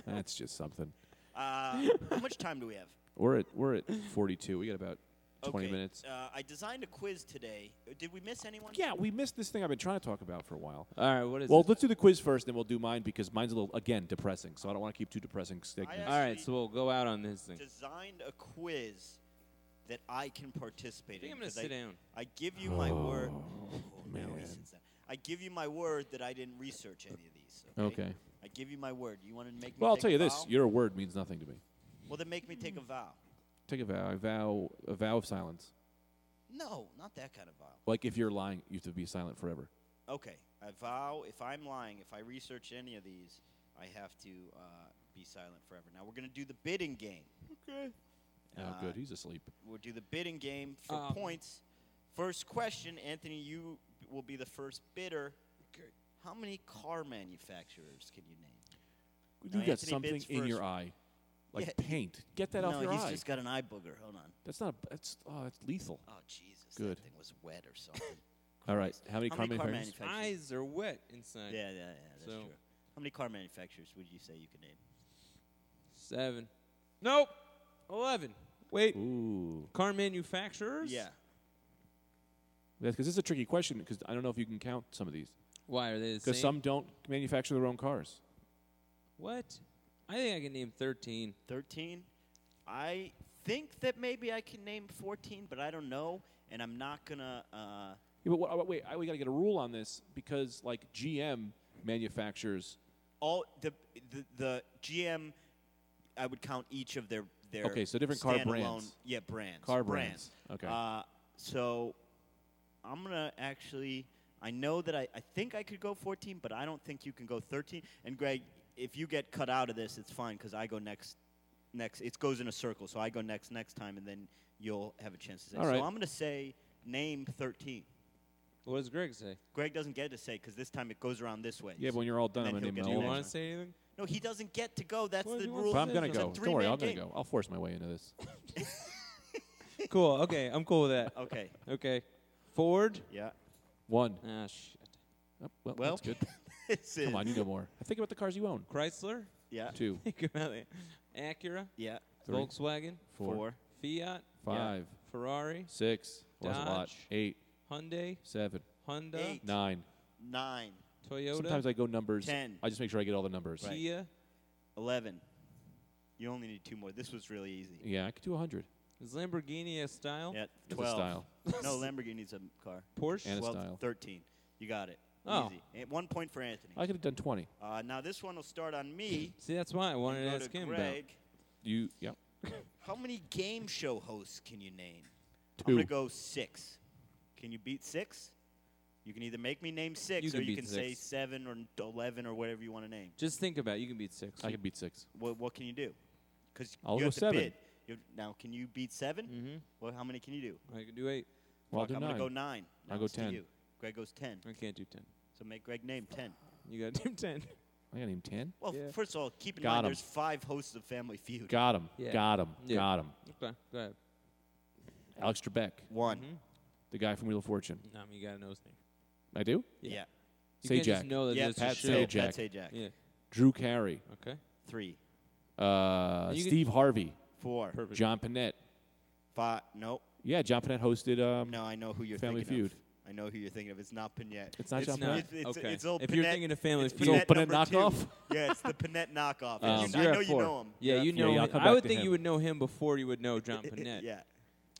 Speaker 2: That's just something.
Speaker 3: Uh, how much time do we have?
Speaker 2: We're at we're at 42. We got about 20
Speaker 3: Okay,
Speaker 2: minutes.
Speaker 3: Uh, I designed a quiz today. Uh, Did we miss anyone?
Speaker 2: Yeah, we missed this thing I've been trying to talk about for a while.
Speaker 1: all right, what is
Speaker 2: Well,
Speaker 1: it?
Speaker 2: let's do the quiz first, then we'll do mine because mine's a little again depressing. So I don't want to keep two depressing segments.
Speaker 3: asked-
Speaker 1: all right, so we'll go out on this thing.
Speaker 3: Designed a quiz that I can participate
Speaker 1: think
Speaker 3: in.
Speaker 1: I'm gonna
Speaker 3: 'cause I-
Speaker 1: sit down.
Speaker 3: I give you my word. Oh, no, he
Speaker 2: man.
Speaker 3: sits down. I give you my word that I didn't research any of these. Okay.
Speaker 2: Okay.
Speaker 3: I give you my word. You want to make me
Speaker 2: Well, I'll
Speaker 3: take
Speaker 2: tell
Speaker 3: a
Speaker 2: you this:
Speaker 3: vow?
Speaker 2: your word means nothing to me.
Speaker 3: Well, then make me take a vow.
Speaker 2: Take a vow, a vow, a vow of silence.
Speaker 3: No, not that kind of vow.
Speaker 2: Like if you're lying, you have to be silent forever.
Speaker 3: Okay, I vow if I'm lying, if I research any of these, I have to uh, be silent forever. Now we're gonna do the bidding game. Ah.
Speaker 2: oh, good. He's asleep.
Speaker 3: We'll do the bidding game for
Speaker 1: Um,
Speaker 3: points. First question, Anthony, you will be the first bidder. How many car manufacturers can you name?
Speaker 2: You
Speaker 3: No,
Speaker 2: got
Speaker 3: Anthony
Speaker 2: something
Speaker 3: bids
Speaker 2: in your
Speaker 3: first.
Speaker 2: eye, like
Speaker 3: Yeah.
Speaker 2: paint. Get that
Speaker 3: no,
Speaker 2: off your
Speaker 3: he's
Speaker 2: eye.
Speaker 3: just got an eye booger. Hold on.
Speaker 2: that's not. A, that's oh, that's lethal.
Speaker 3: Oh Jesus,
Speaker 2: Good.
Speaker 3: that thing was wet or something.
Speaker 2: All right. How many
Speaker 3: How
Speaker 2: car
Speaker 3: many car
Speaker 2: manufacturers?
Speaker 3: manufacturers?
Speaker 1: Eyes are wet inside.
Speaker 3: yeah, yeah, yeah. That's
Speaker 1: So-
Speaker 3: true. How many car manufacturers would you say you could name?
Speaker 1: Seven. Nope. Eleven. Wait.
Speaker 2: Ooh.
Speaker 1: Car manufacturers.
Speaker 3: Yeah.
Speaker 2: That's because this is a tricky question because I don't know if you can count some of these
Speaker 1: Why are they the same?
Speaker 2: because some don't manufacture their own cars.
Speaker 1: What? I think I can name thirteen.
Speaker 3: 13. I think that maybe I can name 14, but I don't know, and I'm not gonna. Uh,
Speaker 2: Yeah, but what, wait, I, we got to get a rule on this because like GM manufactures.
Speaker 3: all the, the the GM. I would count each of their their.
Speaker 2: Okay, so different car
Speaker 3: standalone-
Speaker 2: brands.
Speaker 3: Yeah, brands.
Speaker 2: Car brands, okay.
Speaker 3: Uh, so I'm gonna actually. I know that I, I think I could go 14, but I don't think you can go 13. And Greg, if you get cut out of this, it's fine because I go next. Next, it goes in a circle, so I go next next time, and then you'll have a chance to say.
Speaker 2: All
Speaker 3: so
Speaker 2: right.
Speaker 3: I'm gonna say name 13.
Speaker 1: What does Greg say?
Speaker 3: Greg doesn't get to say because this time it goes around this way.
Speaker 2: Yeah, but when you're all done,
Speaker 3: Then
Speaker 2: I'm gonna name
Speaker 3: he'll get
Speaker 2: my
Speaker 3: the
Speaker 1: Do
Speaker 2: own
Speaker 1: you
Speaker 3: next
Speaker 1: want
Speaker 2: one.
Speaker 1: to say anything?
Speaker 3: no, he doesn't get to go. That's
Speaker 1: Why
Speaker 3: the
Speaker 1: do you want
Speaker 3: rule.
Speaker 2: But I'm gonna
Speaker 1: It's
Speaker 2: go.
Speaker 1: a
Speaker 2: Don't worry,
Speaker 3: three-man
Speaker 2: I'm gonna
Speaker 3: game.
Speaker 2: go. I'll force my way into this.
Speaker 1: cool. Okay, I'm cool with that.
Speaker 3: Okay.
Speaker 1: Okay. Ford.
Speaker 3: Yeah.
Speaker 2: One.
Speaker 1: Ah, shit.
Speaker 2: Oh, well,
Speaker 3: Well,
Speaker 2: that's good.
Speaker 3: this is.
Speaker 2: Come on, you know more. Think about the cars you own.
Speaker 1: Chrysler.
Speaker 3: Yeah.
Speaker 2: Two,
Speaker 1: Think about it. Acura.
Speaker 3: Yeah.
Speaker 2: Three.
Speaker 1: Volkswagen.
Speaker 2: four,
Speaker 3: Four.
Speaker 1: Fiat.
Speaker 2: five,
Speaker 1: Ferrari.
Speaker 2: six. Well, that's a lot.
Speaker 1: Dodge.
Speaker 2: Eight.
Speaker 1: Hyundai,
Speaker 2: seven,
Speaker 1: Honda,
Speaker 3: Eight.
Speaker 2: nine.
Speaker 3: Nine,
Speaker 1: Toyota,
Speaker 2: Sometimes I go numbers.
Speaker 3: Ten.
Speaker 2: I just make sure I get all the numbers.
Speaker 1: Kia.
Speaker 3: eleven. You only need two more. This was really easy.
Speaker 2: Yeah, I could do 100.
Speaker 1: Is Lamborghini a style?
Speaker 3: Yeah,
Speaker 2: a
Speaker 3: twelve.
Speaker 2: style.
Speaker 3: no, Lamborghini's a car.
Speaker 1: Porsche.
Speaker 2: And a
Speaker 3: Well,
Speaker 2: style.
Speaker 3: 13. You got it.
Speaker 1: Oh.
Speaker 3: Easy. And one point for Anthony.
Speaker 2: I could have done 20.
Speaker 3: Uh, now this one will start on me.
Speaker 1: See, that's why I wanted to
Speaker 3: Go
Speaker 1: ask
Speaker 3: to
Speaker 1: him
Speaker 3: Greg.
Speaker 2: You, yeah.
Speaker 3: How many game show hosts can you name?
Speaker 2: Two.
Speaker 3: I'm gonna go six. Can you beat six? You can either make me name six,
Speaker 1: You
Speaker 3: or
Speaker 1: can
Speaker 3: you
Speaker 1: beat
Speaker 3: can say
Speaker 1: six.
Speaker 3: seven or n- eleven or whatever you want to name.
Speaker 1: about. Just think about. It. You can beat six.
Speaker 2: I could beat six.
Speaker 3: What, what can you do? Because
Speaker 2: I'll
Speaker 3: you
Speaker 2: go
Speaker 3: have to
Speaker 2: seven.
Speaker 3: bid. You have- now, can you beat 7 Mm-hmm. Well, how many can you do?
Speaker 1: I could do eight.
Speaker 2: Well, I'll
Speaker 3: Fuck,
Speaker 2: do
Speaker 3: I'm
Speaker 2: nine.
Speaker 3: gonna go nine.
Speaker 2: I'll
Speaker 3: Now
Speaker 2: go
Speaker 3: it's to
Speaker 2: 10.
Speaker 3: you. Greg goes ten.
Speaker 1: I can't do ten.
Speaker 3: So make Greg name ten.
Speaker 1: You got to do ten.
Speaker 2: I got him 10.
Speaker 3: Well,
Speaker 1: Yeah.
Speaker 3: first of all, keep in
Speaker 2: Got
Speaker 3: mind
Speaker 2: 'em.
Speaker 3: there's five hosts of Family Feud.
Speaker 2: Got him.
Speaker 1: Yeah.
Speaker 2: Got him.
Speaker 1: Yeah.
Speaker 2: Got him.
Speaker 1: Okay, go ahead.
Speaker 2: Alex Trebek,
Speaker 3: One.
Speaker 2: Mm-hmm. the guy from Wheel of Fortune.
Speaker 1: No, I mean, you got to know his name.
Speaker 2: I do?
Speaker 1: Yeah.
Speaker 3: Yeah.
Speaker 1: You
Speaker 2: Say
Speaker 1: can't
Speaker 2: Jack.
Speaker 1: just know that
Speaker 3: Yeah,
Speaker 1: there's a
Speaker 3: Pat
Speaker 1: show.
Speaker 2: Sajak.
Speaker 3: Pat Sajak.
Speaker 1: Yeah.
Speaker 2: Drew Carey,
Speaker 1: Okay.
Speaker 3: Three.
Speaker 2: uh,
Speaker 1: You could-
Speaker 2: Steve Harvey,
Speaker 3: Four.
Speaker 1: Perfect.
Speaker 2: John Panette.
Speaker 3: Five. Nope.
Speaker 2: Yeah, John Panette hosted. Um,
Speaker 3: No, I know who you're
Speaker 2: Family
Speaker 3: thinking of.
Speaker 2: Feud.
Speaker 3: I know who you're thinking of. It's not Pinette.
Speaker 2: It's not John
Speaker 1: It's not.
Speaker 2: Panette.
Speaker 3: It's, it's,
Speaker 1: okay.
Speaker 3: it's old
Speaker 1: if you're
Speaker 3: Pinette-
Speaker 1: thinking of Family
Speaker 3: it's
Speaker 1: Feud,
Speaker 2: Pinette- old
Speaker 3: number
Speaker 2: knockoff?
Speaker 3: two. yeah, it's the Pinette knockoff.
Speaker 2: Um,
Speaker 3: And you- I know you know him.
Speaker 1: Yeah, you know.
Speaker 2: Yeah, I'll
Speaker 1: him.
Speaker 2: come
Speaker 1: I
Speaker 2: back
Speaker 1: would
Speaker 2: to
Speaker 1: think
Speaker 2: him.
Speaker 1: you would know him before you would know John Panette.
Speaker 3: yeah.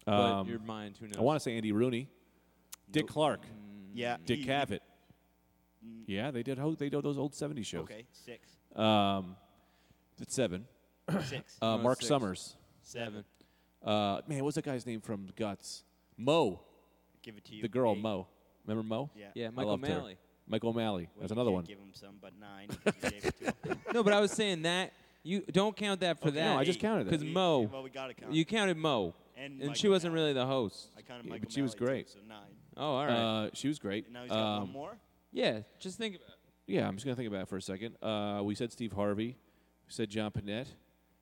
Speaker 1: But
Speaker 2: Um,
Speaker 1: your mind, who knows?
Speaker 2: I want to say Andy Rooney, Dick Clark,
Speaker 1: Mm.
Speaker 3: Yeah.
Speaker 2: Dick
Speaker 3: he-
Speaker 2: Cavett. Yeah, they did. Ho- they did those old '70s shows.
Speaker 3: Mm. Okay. Six.
Speaker 2: Um, it's seven.
Speaker 3: Six.
Speaker 2: Uh,
Speaker 1: No,
Speaker 2: Mark
Speaker 1: six.
Speaker 2: Summers.
Speaker 3: seven.
Speaker 2: Uh, man, what's that guy's name from Guts? Mo,
Speaker 3: Give it to you.
Speaker 2: the girl
Speaker 3: Eight.
Speaker 2: Mo. Remember Mo?
Speaker 3: Yeah.
Speaker 1: Yeah,
Speaker 2: I
Speaker 1: Michael
Speaker 2: loved her.
Speaker 1: Malley.
Speaker 2: Michael O'Malley.
Speaker 3: Well,
Speaker 2: That's
Speaker 3: you
Speaker 2: another
Speaker 3: can't
Speaker 2: one.
Speaker 3: Give him some, but nine. 'cause you gave it to him.
Speaker 1: No, but I was saying that you don't count that for
Speaker 3: Okay,
Speaker 1: that.
Speaker 2: No, I just
Speaker 3: eight.
Speaker 2: counted it.
Speaker 1: because
Speaker 3: You-
Speaker 1: Mo.
Speaker 3: Well, we gotta count.
Speaker 1: You counted Mo,
Speaker 3: And
Speaker 1: and,
Speaker 3: Michael
Speaker 1: she wasn't
Speaker 3: Malley.
Speaker 1: really the host.
Speaker 3: I counted
Speaker 2: Yeah,
Speaker 3: Michael
Speaker 2: but she was
Speaker 3: Malley, too,
Speaker 2: great.
Speaker 3: so nine.
Speaker 1: Oh, all right.
Speaker 2: Uh, she was great.
Speaker 3: And now he's got
Speaker 2: Um,
Speaker 3: one more.
Speaker 1: yeah, just think about. it.
Speaker 2: Yeah, I'm just gonna think about it for a second. Uh, we said Steve Harvey. We said John Panette.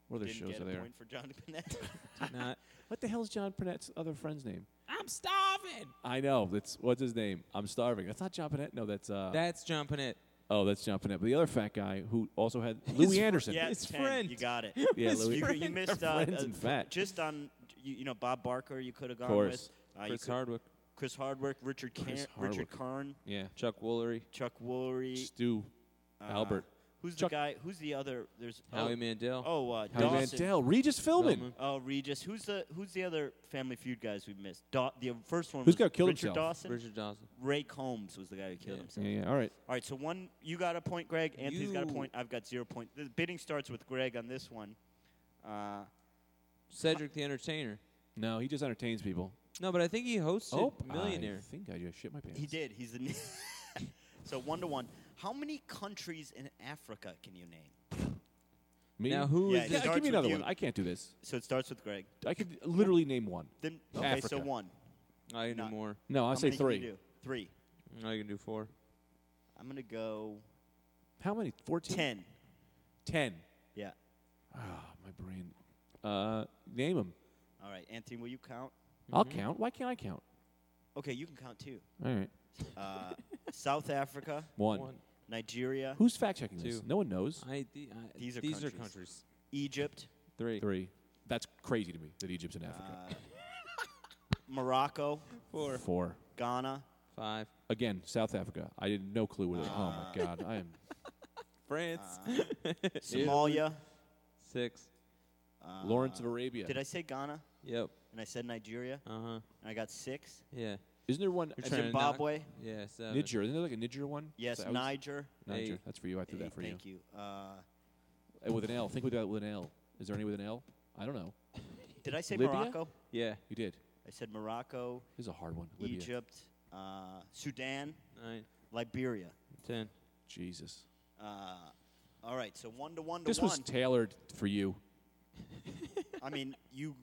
Speaker 2: What other
Speaker 3: Didn't
Speaker 2: shows
Speaker 3: get
Speaker 2: are
Speaker 3: a
Speaker 2: there?
Speaker 3: point for Johnny Panette.
Speaker 1: Not.
Speaker 2: What the hell is John Panette's other friend's name?
Speaker 1: I'm starving.
Speaker 2: I know. That's what's his name. I'm starving. That's not John Panette. No, that's uh.
Speaker 1: That's John Panette.
Speaker 2: oh, that's John Panette. But the other fat guy who also had Louis Anderson.
Speaker 3: yeah,
Speaker 1: His
Speaker 3: 10.
Speaker 1: friend.
Speaker 3: You got it.
Speaker 2: yeah,
Speaker 1: his
Speaker 2: Louis.
Speaker 3: you,
Speaker 1: friend.
Speaker 3: you missed
Speaker 2: They're
Speaker 3: uh,
Speaker 2: friends
Speaker 3: uh,
Speaker 2: and
Speaker 3: fr-
Speaker 2: fat.
Speaker 3: just on you, you know Bob Barker. You could have gone
Speaker 2: course.
Speaker 3: with uh, you
Speaker 1: Chris
Speaker 3: could-
Speaker 1: Hardwick,
Speaker 3: Chris Hardwick, Richard Cairn,
Speaker 2: Chris
Speaker 3: Richard
Speaker 2: Hardwick.
Speaker 3: Karn,
Speaker 2: Yeah.
Speaker 1: Chuck Woolery,
Speaker 3: Chuck Woolery,
Speaker 2: Stu,
Speaker 3: uh,
Speaker 2: Albert,
Speaker 3: Who's
Speaker 2: Chuck-
Speaker 3: the guy? Who's the other? There's
Speaker 1: Howie
Speaker 3: oh,
Speaker 1: Mandel.
Speaker 3: oh uh,
Speaker 2: Howie
Speaker 3: Dawson.
Speaker 2: Mandel, Regis Philbin.
Speaker 1: Feldman.
Speaker 3: Oh, Regis. Who's the Who's the other Family Feud guys we missed? Daw- the first one
Speaker 2: Who's
Speaker 3: was
Speaker 2: got killed
Speaker 3: Richard
Speaker 2: himself?
Speaker 3: Dawson.
Speaker 1: Richard Dawson.
Speaker 3: Ray Combs was the guy who killed
Speaker 1: Yeah.
Speaker 3: himself.
Speaker 2: Yeah, yeah. All right.
Speaker 3: All right, so one you got a point, Greg. Anthony's got a
Speaker 1: You-
Speaker 3: point. I've got zero point. The bidding starts with Greg on this one. Uh,
Speaker 1: Cedric the Entertainer.
Speaker 2: No, he just entertains people. Oh,
Speaker 1: No, but I think he hosted
Speaker 3: Oh,
Speaker 2: I
Speaker 1: Millionaire.
Speaker 2: think I just shit my pants.
Speaker 3: He did. He's the. so one to one. How many countries in Africa can you name?
Speaker 2: Me?
Speaker 1: Now who
Speaker 3: Yeah,
Speaker 1: is
Speaker 2: Yeah,
Speaker 3: he
Speaker 1: this?
Speaker 3: started-
Speaker 2: give
Speaker 3: starts
Speaker 2: me another
Speaker 3: with you.
Speaker 2: one. I can't do this.
Speaker 3: So it starts with Greg.
Speaker 2: I could literally name one.
Speaker 3: Then okay, so
Speaker 2: Africa.
Speaker 3: one.
Speaker 1: I Oh, can do
Speaker 3: Not-
Speaker 1: more.
Speaker 2: No, I'll
Speaker 3: How
Speaker 2: say
Speaker 3: many can you
Speaker 2: three.
Speaker 3: do? Three.
Speaker 1: I can do four.
Speaker 3: I'm gonna go
Speaker 2: How many? Fourteen.
Speaker 3: ten.
Speaker 2: Ten.
Speaker 3: Yeah.
Speaker 2: Ah, my brain. Uh, name them.
Speaker 3: All right, Anthony, will you count?
Speaker 2: I'll
Speaker 1: Mm-hmm.
Speaker 2: count. Why can't I count?
Speaker 3: Okay, you can count too.
Speaker 2: All right.
Speaker 3: Uh, South Africa,
Speaker 2: One.
Speaker 3: Nigeria,
Speaker 2: Who's fact checking this?
Speaker 1: Two.
Speaker 2: No one knows.
Speaker 1: I, the, I,
Speaker 3: These are
Speaker 1: these are
Speaker 3: countries.
Speaker 1: countries.
Speaker 3: Egypt,
Speaker 1: Three.
Speaker 2: Three. That's crazy to me that Egypt's in Africa.
Speaker 3: uh, Morocco,
Speaker 1: Four.
Speaker 2: Four.
Speaker 3: Ghana,
Speaker 1: Five.
Speaker 2: Again, South Africa. I had no clue where. they oh
Speaker 3: Ah.
Speaker 2: my God, I am.
Speaker 1: France.
Speaker 3: Somalia.
Speaker 1: Six.
Speaker 3: Uh,
Speaker 2: Lawrence of Arabia.
Speaker 3: Did I say Ghana?
Speaker 1: Yep.
Speaker 3: And I said Nigeria,
Speaker 1: Uh huh.
Speaker 3: and I got six.
Speaker 1: Yeah.
Speaker 2: Isn't there one?
Speaker 1: Trying to knock-
Speaker 3: Zimbabwe.
Speaker 1: Yeah. Seven.
Speaker 2: Niger. Isn't there like a Niger one?
Speaker 3: uh, Yes,
Speaker 2: So I was-
Speaker 3: Niger.
Speaker 2: Niger.
Speaker 1: Eight.
Speaker 2: That's for you. I threw
Speaker 3: Eight,
Speaker 2: that for you.
Speaker 3: thank you. Uh,
Speaker 2: Uh, With an L. Think with that with an L. Is there any with an L? I don't know.
Speaker 3: did I say
Speaker 2: Libya?
Speaker 3: Morocco?
Speaker 1: Yeah.
Speaker 2: You did.
Speaker 3: I said Morocco,
Speaker 2: This is a hard one. Libya.
Speaker 3: Egypt, uh, Sudan,
Speaker 1: Nine.
Speaker 3: Liberia.
Speaker 1: Ten.
Speaker 2: Jesus.
Speaker 3: Uh, all right, so one to one to
Speaker 2: This
Speaker 3: one.
Speaker 2: was tailored for you.
Speaker 3: I mean, you.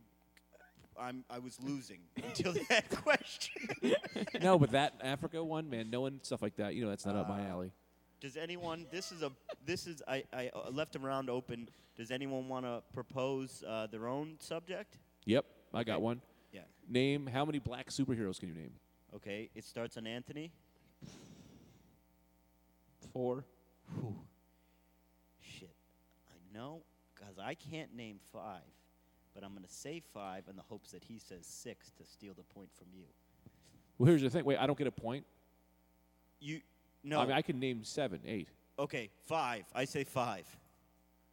Speaker 3: I'm, I was losing until that question.
Speaker 2: no, but that Africa one, man, knowing stuff like that, you know, that's not up my
Speaker 3: Uh,
Speaker 2: alley.
Speaker 3: Does anyone? This is a. This is. I, I uh, left a round open. Does anyone want to propose uh, their own subject?
Speaker 2: Yep, I got one.
Speaker 3: Yeah.
Speaker 2: Name how many black superheroes can you name?
Speaker 3: Okay. It starts on Anthony.
Speaker 1: Four.
Speaker 3: Shit. I know, cause I can't name five, but I'm gonna say five in the hopes that he says six to steal the point from you.
Speaker 2: Well, here's the thing. Wait, I don't get a point.
Speaker 3: You no.
Speaker 2: I mean, I can name seven, eight.
Speaker 3: okay, five. I say five.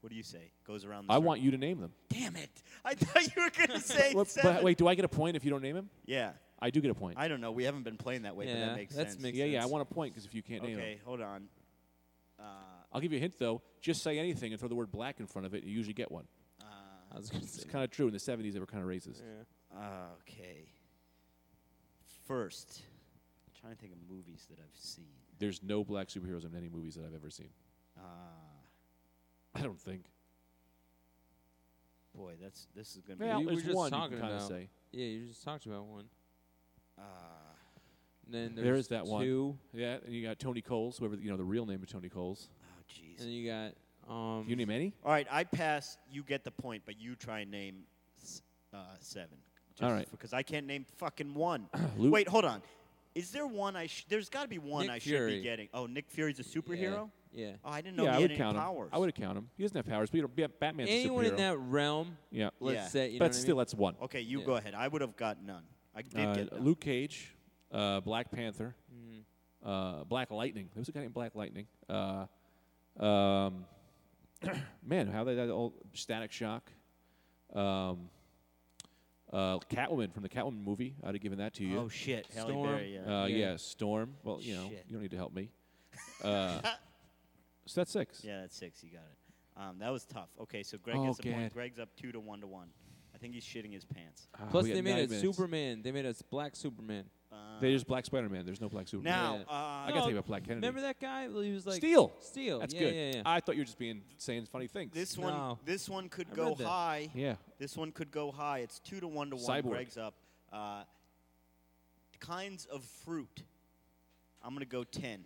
Speaker 3: What do you say? Goes around. The
Speaker 2: I
Speaker 3: circle.
Speaker 2: want you to name them.
Speaker 3: Damn it! I thought you were gonna say
Speaker 2: But,
Speaker 3: seven.
Speaker 2: but wait, do I get a point if you don't name him?
Speaker 3: Yeah.
Speaker 2: I do get a point.
Speaker 3: I don't know. We haven't been playing that way, but
Speaker 1: Yeah,
Speaker 3: that makes
Speaker 1: that's
Speaker 3: sense.
Speaker 1: mixed.
Speaker 2: yeah, yeah. I
Speaker 1: sense.
Speaker 2: want a point because if you can't name him,
Speaker 3: Okay, hold on. Uh,
Speaker 2: I'll give you a hint though. Just say anything and throw the word black in front of it. You usually get one.
Speaker 3: uh,
Speaker 1: I was gonna say.
Speaker 2: It's kind of true. In the '70s, they were kind of racist.
Speaker 1: yeah.
Speaker 3: uh, okay. First, I'm trying to think of movies that I've seen.
Speaker 2: There's no black superheroes in any movies that I've ever seen.
Speaker 3: Uh,
Speaker 2: I don't think.
Speaker 3: boy, that's this is gonna
Speaker 1: Yeah,
Speaker 2: Well,
Speaker 1: we were
Speaker 2: there's
Speaker 1: just
Speaker 2: one
Speaker 1: talking
Speaker 2: you can kind of
Speaker 1: about-
Speaker 2: say.
Speaker 1: Yeah, you just talked about one.
Speaker 3: be. Uh,
Speaker 1: And then
Speaker 2: There
Speaker 1: there's
Speaker 2: is that one.
Speaker 1: two,
Speaker 2: Yeah, and you got Tony Coles, whoever you know the real name of Tony Coles.
Speaker 3: oh, jeez.
Speaker 1: and then you got um.
Speaker 2: You name any?
Speaker 3: All right, I pass. You get the point, but you try and name s- uh, seven. Just
Speaker 2: All right.
Speaker 3: Because I can't name fucking one.
Speaker 2: Luke-
Speaker 3: Wait, hold on. Is there one I? Sh- there's got to be one
Speaker 1: Nick
Speaker 3: I should
Speaker 1: Fury.
Speaker 3: be getting. Oh, Nick Fury's a
Speaker 1: yeah,
Speaker 3: superhero.
Speaker 1: Yeah.
Speaker 3: Oh, I didn't know
Speaker 2: yeah,
Speaker 3: he
Speaker 2: I
Speaker 3: had
Speaker 2: would
Speaker 3: any
Speaker 2: count
Speaker 3: powers.
Speaker 2: him. I would count him. He doesn't have powers, but you know, Ba- Batman's
Speaker 1: Anyone
Speaker 2: a superhero.
Speaker 1: in that realm?
Speaker 2: yeah,
Speaker 1: Let's
Speaker 3: Yeah.
Speaker 1: say. You know
Speaker 2: but
Speaker 1: what I
Speaker 2: still,
Speaker 1: mean?
Speaker 2: that's one.
Speaker 3: Okay, you
Speaker 1: Yeah.
Speaker 3: go ahead. I would have got none. I did
Speaker 2: Uh,
Speaker 3: get none.
Speaker 2: Luke Cage, uh, Black Panther,
Speaker 3: Mm-hmm.
Speaker 2: uh, Black Lightning. There was a guy named Black Lightning. Uh, um, man, how they that all Static Shock. Um, uh, Catwoman from the Catwoman movie. I'd have given that to you.
Speaker 3: Oh shit, Halle
Speaker 1: Storm.
Speaker 3: Berry, yeah.
Speaker 2: Uh,
Speaker 1: Yeah.
Speaker 2: yeah. Storm. Well, you know,
Speaker 3: Shit.
Speaker 2: you don't need to help me. Uh, so that's six.
Speaker 3: yeah, that's six. You got it. Um, that was tough. Okay, so Greg
Speaker 2: Oh,
Speaker 3: gets a
Speaker 2: God.
Speaker 3: point. Greg's up two to one to one. I think he's shitting his pants.
Speaker 2: Ah,
Speaker 1: Plus,
Speaker 2: we got
Speaker 1: they made
Speaker 2: nine
Speaker 1: a
Speaker 2: minutes.
Speaker 1: Superman. They made a black Superman.
Speaker 3: Uh,
Speaker 2: There's Black Spider Man. There's no Black Superman.
Speaker 3: now,
Speaker 1: Yeah.
Speaker 3: uh,
Speaker 2: I gotta think about Black Kennedy.
Speaker 1: Remember that guy? Well, He was like
Speaker 2: Steel.
Speaker 1: Steel.
Speaker 2: That's
Speaker 1: yeah,
Speaker 2: good.
Speaker 1: Yeah, yeah.
Speaker 2: I thought you were just being saying funny things.
Speaker 3: this one,
Speaker 1: No.
Speaker 3: this one could
Speaker 1: I
Speaker 3: go
Speaker 1: read that.
Speaker 3: high.
Speaker 2: yeah.
Speaker 3: This one could go high. It's two to one to
Speaker 2: Cyborg.
Speaker 3: one. Greg's up. Uh, kinds of fruit. I'm gonna go ten.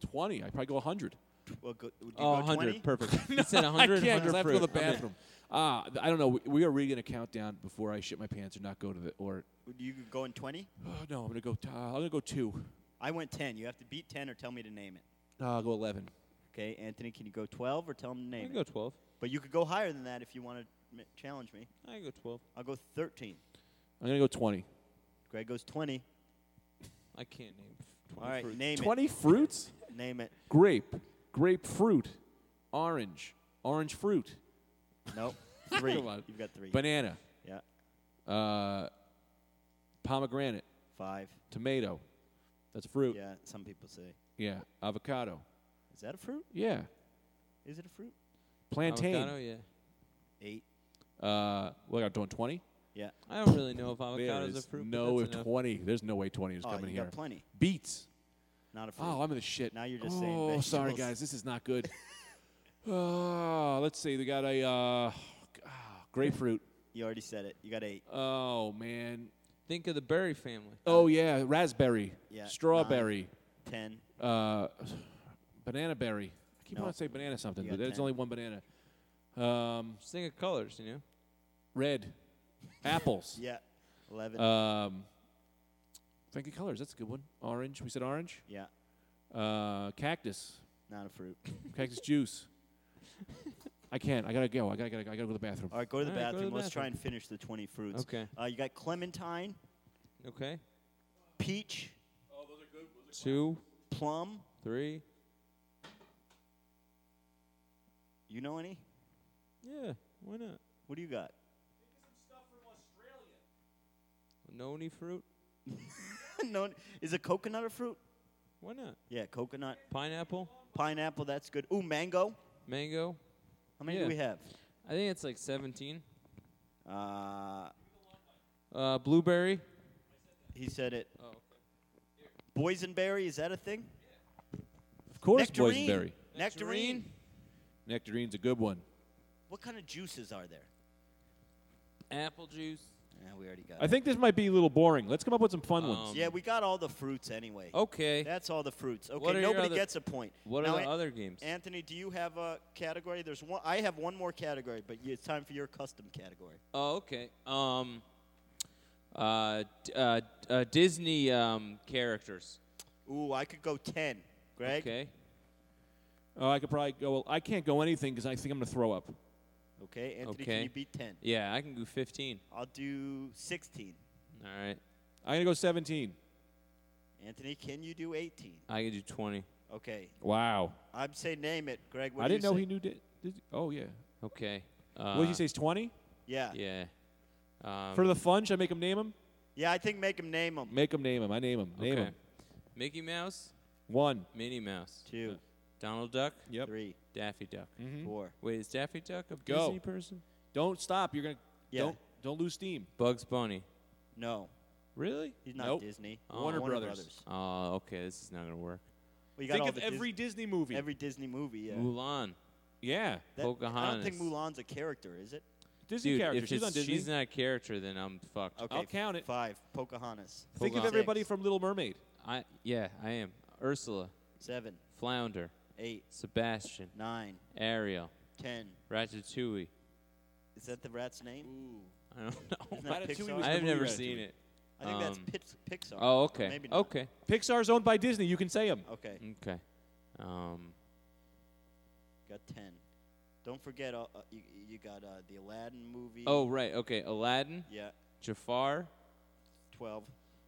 Speaker 2: 20. I'd probably go 100.
Speaker 3: Well, go, do you
Speaker 1: oh,
Speaker 3: go 20?
Speaker 1: 100. Perfect. He said 100.
Speaker 2: I can't 'cause
Speaker 1: 100
Speaker 2: I have to go to the
Speaker 1: fruit. I'm in.
Speaker 2: bathroom. Ah, th- I don't know. We, we are really going to count down before I shit my pants or not go to the or
Speaker 3: Would You go in twenty.
Speaker 2: oh, no, I'm going to go t- uh, I'm going to go 2.
Speaker 3: I went ten. You have to beat ten or tell me to name it.
Speaker 2: No, Uh, I'll go 11.
Speaker 3: Okay, Anthony, can you go twelve or tell him to
Speaker 1: I
Speaker 3: name
Speaker 1: can
Speaker 3: it?
Speaker 1: go 12.
Speaker 3: But you could go higher than that if you want to m- challenge me.
Speaker 1: I can go 12.
Speaker 3: I'll go 13.
Speaker 2: I'm going to go 20.
Speaker 3: Greg goes 20.
Speaker 1: I can't name 20
Speaker 3: All right,
Speaker 1: fruits.
Speaker 3: name
Speaker 2: 20 fruits?
Speaker 3: it. Name it.
Speaker 2: Grape, grapefruit, orange, orange fruit,
Speaker 3: Nope. Three.
Speaker 2: Come on.
Speaker 3: You've got three.
Speaker 2: banana,
Speaker 3: yeah.
Speaker 2: uh, pomegranate,
Speaker 3: Five.
Speaker 2: tomato. That's a fruit.
Speaker 3: Yeah. Some people say,
Speaker 2: Yeah. Avocado.
Speaker 3: is that a fruit?
Speaker 2: Yeah.
Speaker 3: Is it a fruit?
Speaker 2: Plantain.
Speaker 1: Avocado, yeah.
Speaker 3: Eight.
Speaker 2: Uh, what I'm doing 20?
Speaker 3: Yeah.
Speaker 1: I don't really know if
Speaker 2: There
Speaker 1: avocado's
Speaker 2: is
Speaker 1: a fruit. but
Speaker 2: no
Speaker 1: that's enough.
Speaker 2: 20. There's no way 20 is
Speaker 3: Oh,
Speaker 2: coming
Speaker 3: you
Speaker 2: here.
Speaker 3: got plenty.
Speaker 2: Beets.
Speaker 3: Not a fruit.
Speaker 2: Oh, I'm in the shit.
Speaker 3: Now you're just
Speaker 2: oh,
Speaker 3: saying
Speaker 2: sorry,
Speaker 3: vegetables.
Speaker 2: guys. This is not good. oh, let's see. They got a uh, g- ah, grapefruit.
Speaker 3: you already said it. You got eight.
Speaker 2: Oh, man.
Speaker 3: Uh,
Speaker 1: Think of the berry family.
Speaker 2: Oh, yeah. Raspberry.
Speaker 3: Yeah, nine.
Speaker 2: Strawberry.
Speaker 3: Ten.
Speaker 2: Uh, banana berry. I keep
Speaker 3: No.
Speaker 2: wanting to say banana something,
Speaker 3: You
Speaker 2: but
Speaker 3: got
Speaker 2: there's
Speaker 3: 10.
Speaker 2: only one banana. Um,
Speaker 1: Just think of colors, you know?
Speaker 2: red. Apples.
Speaker 3: Yeah. Eleven.
Speaker 1: Uh,
Speaker 2: Um, think of colors. That's a good one. Orange. We said orange.
Speaker 3: yeah.
Speaker 2: Uh, cactus.
Speaker 3: Not a fruit.
Speaker 2: Cactus juice. I can't. I gotta go. I gotta, gotta, I gotta go to the bathroom.
Speaker 3: All right, go to the
Speaker 1: All right, go to
Speaker 3: bathroom.
Speaker 1: the
Speaker 3: Let's try
Speaker 1: bathroom.
Speaker 3: and finish the 20 fruits.
Speaker 1: Okay.
Speaker 3: Uh, you got clementine,
Speaker 1: Okay.
Speaker 3: peach,
Speaker 1: Two,
Speaker 3: plum.
Speaker 1: three.
Speaker 3: You know any?
Speaker 1: Yeah, why not?
Speaker 3: What do you got?
Speaker 1: Noni fruit?
Speaker 3: no. Is a coconut a fruit?
Speaker 1: Why not?
Speaker 3: Yeah, coconut.
Speaker 1: Pineapple?
Speaker 3: Pineapple, that's good. Ooh, mango.
Speaker 1: Mango?
Speaker 3: How many
Speaker 1: Yeah.
Speaker 3: do we have?
Speaker 1: I think it's like 17.
Speaker 3: Uh,
Speaker 1: Uh, blueberry?
Speaker 3: he said it.
Speaker 1: Oh, okay.
Speaker 3: Boysenberry, is that a thing?
Speaker 2: Of course,
Speaker 3: Nectarine.
Speaker 2: boysenberry.
Speaker 3: Nectarine.
Speaker 2: Nectarine's a good one.
Speaker 3: What kind of juices are there?
Speaker 1: Apple juice?
Speaker 3: Yeah, we already got
Speaker 2: I
Speaker 3: it.
Speaker 2: think this might be a little boring. Let's come up with some fun ones.
Speaker 1: Um,
Speaker 3: Yeah, we got all the fruits anyway.
Speaker 1: Okay.
Speaker 3: That's all the fruits. Okay,
Speaker 1: What are your
Speaker 3: nobody
Speaker 1: other-
Speaker 3: gets a point.
Speaker 1: what
Speaker 3: Now,
Speaker 1: are the
Speaker 3: An-
Speaker 1: other games?
Speaker 3: Anthony, do you have a category? There's one. I have one more category, but you- it's time for your custom category.
Speaker 1: Oh, okay. Um, uh, d- uh, d- uh, Disney um, characters.
Speaker 3: Ooh, I could go ten. Greg.
Speaker 1: Okay.
Speaker 2: Oh, I could probably go. Well, I can't go anything because I think I'm gonna throw up.
Speaker 3: Okay, Anthony,
Speaker 1: Okay.
Speaker 3: can you beat ten?
Speaker 1: Yeah, I can do 15.
Speaker 3: I'll do sixteen.
Speaker 1: All right.
Speaker 2: I'm gonna go 17.
Speaker 3: Anthony, can you do 18?
Speaker 1: I could do 20.
Speaker 3: Okay.
Speaker 2: Wow.
Speaker 3: I'd say name it, Greg. What
Speaker 2: I
Speaker 3: do
Speaker 2: didn't
Speaker 3: you
Speaker 2: know
Speaker 3: say?
Speaker 2: he knew. Did, did, oh yeah.
Speaker 1: Okay. Uh,
Speaker 2: what did you say? He's 20.
Speaker 3: Yeah. yeah.
Speaker 1: Yeah. Um,
Speaker 2: For the fun, should I make him name him?
Speaker 3: I think make him name
Speaker 1: Mm-hmm.
Speaker 3: him.
Speaker 2: Make him name him. I name him. Name
Speaker 1: okay.
Speaker 2: him.
Speaker 1: Mickey Mouse,
Speaker 2: One.
Speaker 1: Minnie Mouse,
Speaker 3: Two,
Speaker 1: Donald Duck,
Speaker 2: Yep. Mm-hmm.
Speaker 3: three,
Speaker 1: Daffy Duck.
Speaker 3: four.
Speaker 1: Wait, is Daffy Duck a
Speaker 2: Go.
Speaker 1: Disney person?
Speaker 2: Don't stop. You're gonna.
Speaker 3: Yeah.
Speaker 2: Don't don't lose steam.
Speaker 1: Bugs Bunny.
Speaker 3: No,
Speaker 1: Really?
Speaker 3: he's not
Speaker 2: Nope.
Speaker 3: Disney.
Speaker 1: Oh.
Speaker 2: Warner,
Speaker 3: Warner
Speaker 2: Brothers.
Speaker 3: Brothers.
Speaker 1: Oh, okay. This is not gonna work.
Speaker 3: Well, you got
Speaker 2: Think
Speaker 3: all
Speaker 2: of
Speaker 3: the
Speaker 2: every Disney movie.
Speaker 3: Disney, every Disney movie. Yeah.
Speaker 1: Mulan.
Speaker 2: yeah.
Speaker 3: That- I don't think
Speaker 1: Pocahontas.
Speaker 3: Mulan's a character, is it?
Speaker 2: Disney
Speaker 1: Dude,
Speaker 2: character.
Speaker 1: if
Speaker 2: She's
Speaker 1: it's-
Speaker 2: on Disney.
Speaker 1: she's not a character, then I'm fucked.
Speaker 3: Okay.
Speaker 2: I'll count it.
Speaker 3: Five. Pocahontas.
Speaker 2: Think of
Speaker 1: Pocahontas.
Speaker 2: everybody
Speaker 3: Six,
Speaker 2: from Little Mermaid.
Speaker 1: I yeah, I am. Ursula,
Speaker 3: seven,
Speaker 1: Flounder,
Speaker 3: eight,
Speaker 1: Sebastian,
Speaker 3: nine,
Speaker 1: Ariel,
Speaker 3: ten.
Speaker 1: Ratatouille.
Speaker 3: Is that the rat's name?
Speaker 1: I don't know.
Speaker 3: Isn't that
Speaker 2: Ratatouille
Speaker 3: Pixar?
Speaker 2: was
Speaker 1: I have
Speaker 2: movie
Speaker 1: never
Speaker 2: Ratatouille.
Speaker 1: seen it.
Speaker 3: I think
Speaker 1: Um,
Speaker 3: that's Pix- Pixar.
Speaker 1: Oh,
Speaker 3: or
Speaker 1: okay.
Speaker 3: Maybe not.
Speaker 1: okay.
Speaker 2: Pixar's owned by Disney. You can say them.
Speaker 3: Okay.
Speaker 1: Okay. Um,
Speaker 3: Got ten. Don't forget, uh, uh, you, you got uh, the Aladdin movie.
Speaker 1: oh, right. Okay. Aladdin,
Speaker 3: Yeah.
Speaker 1: Jafar,
Speaker 3: 12,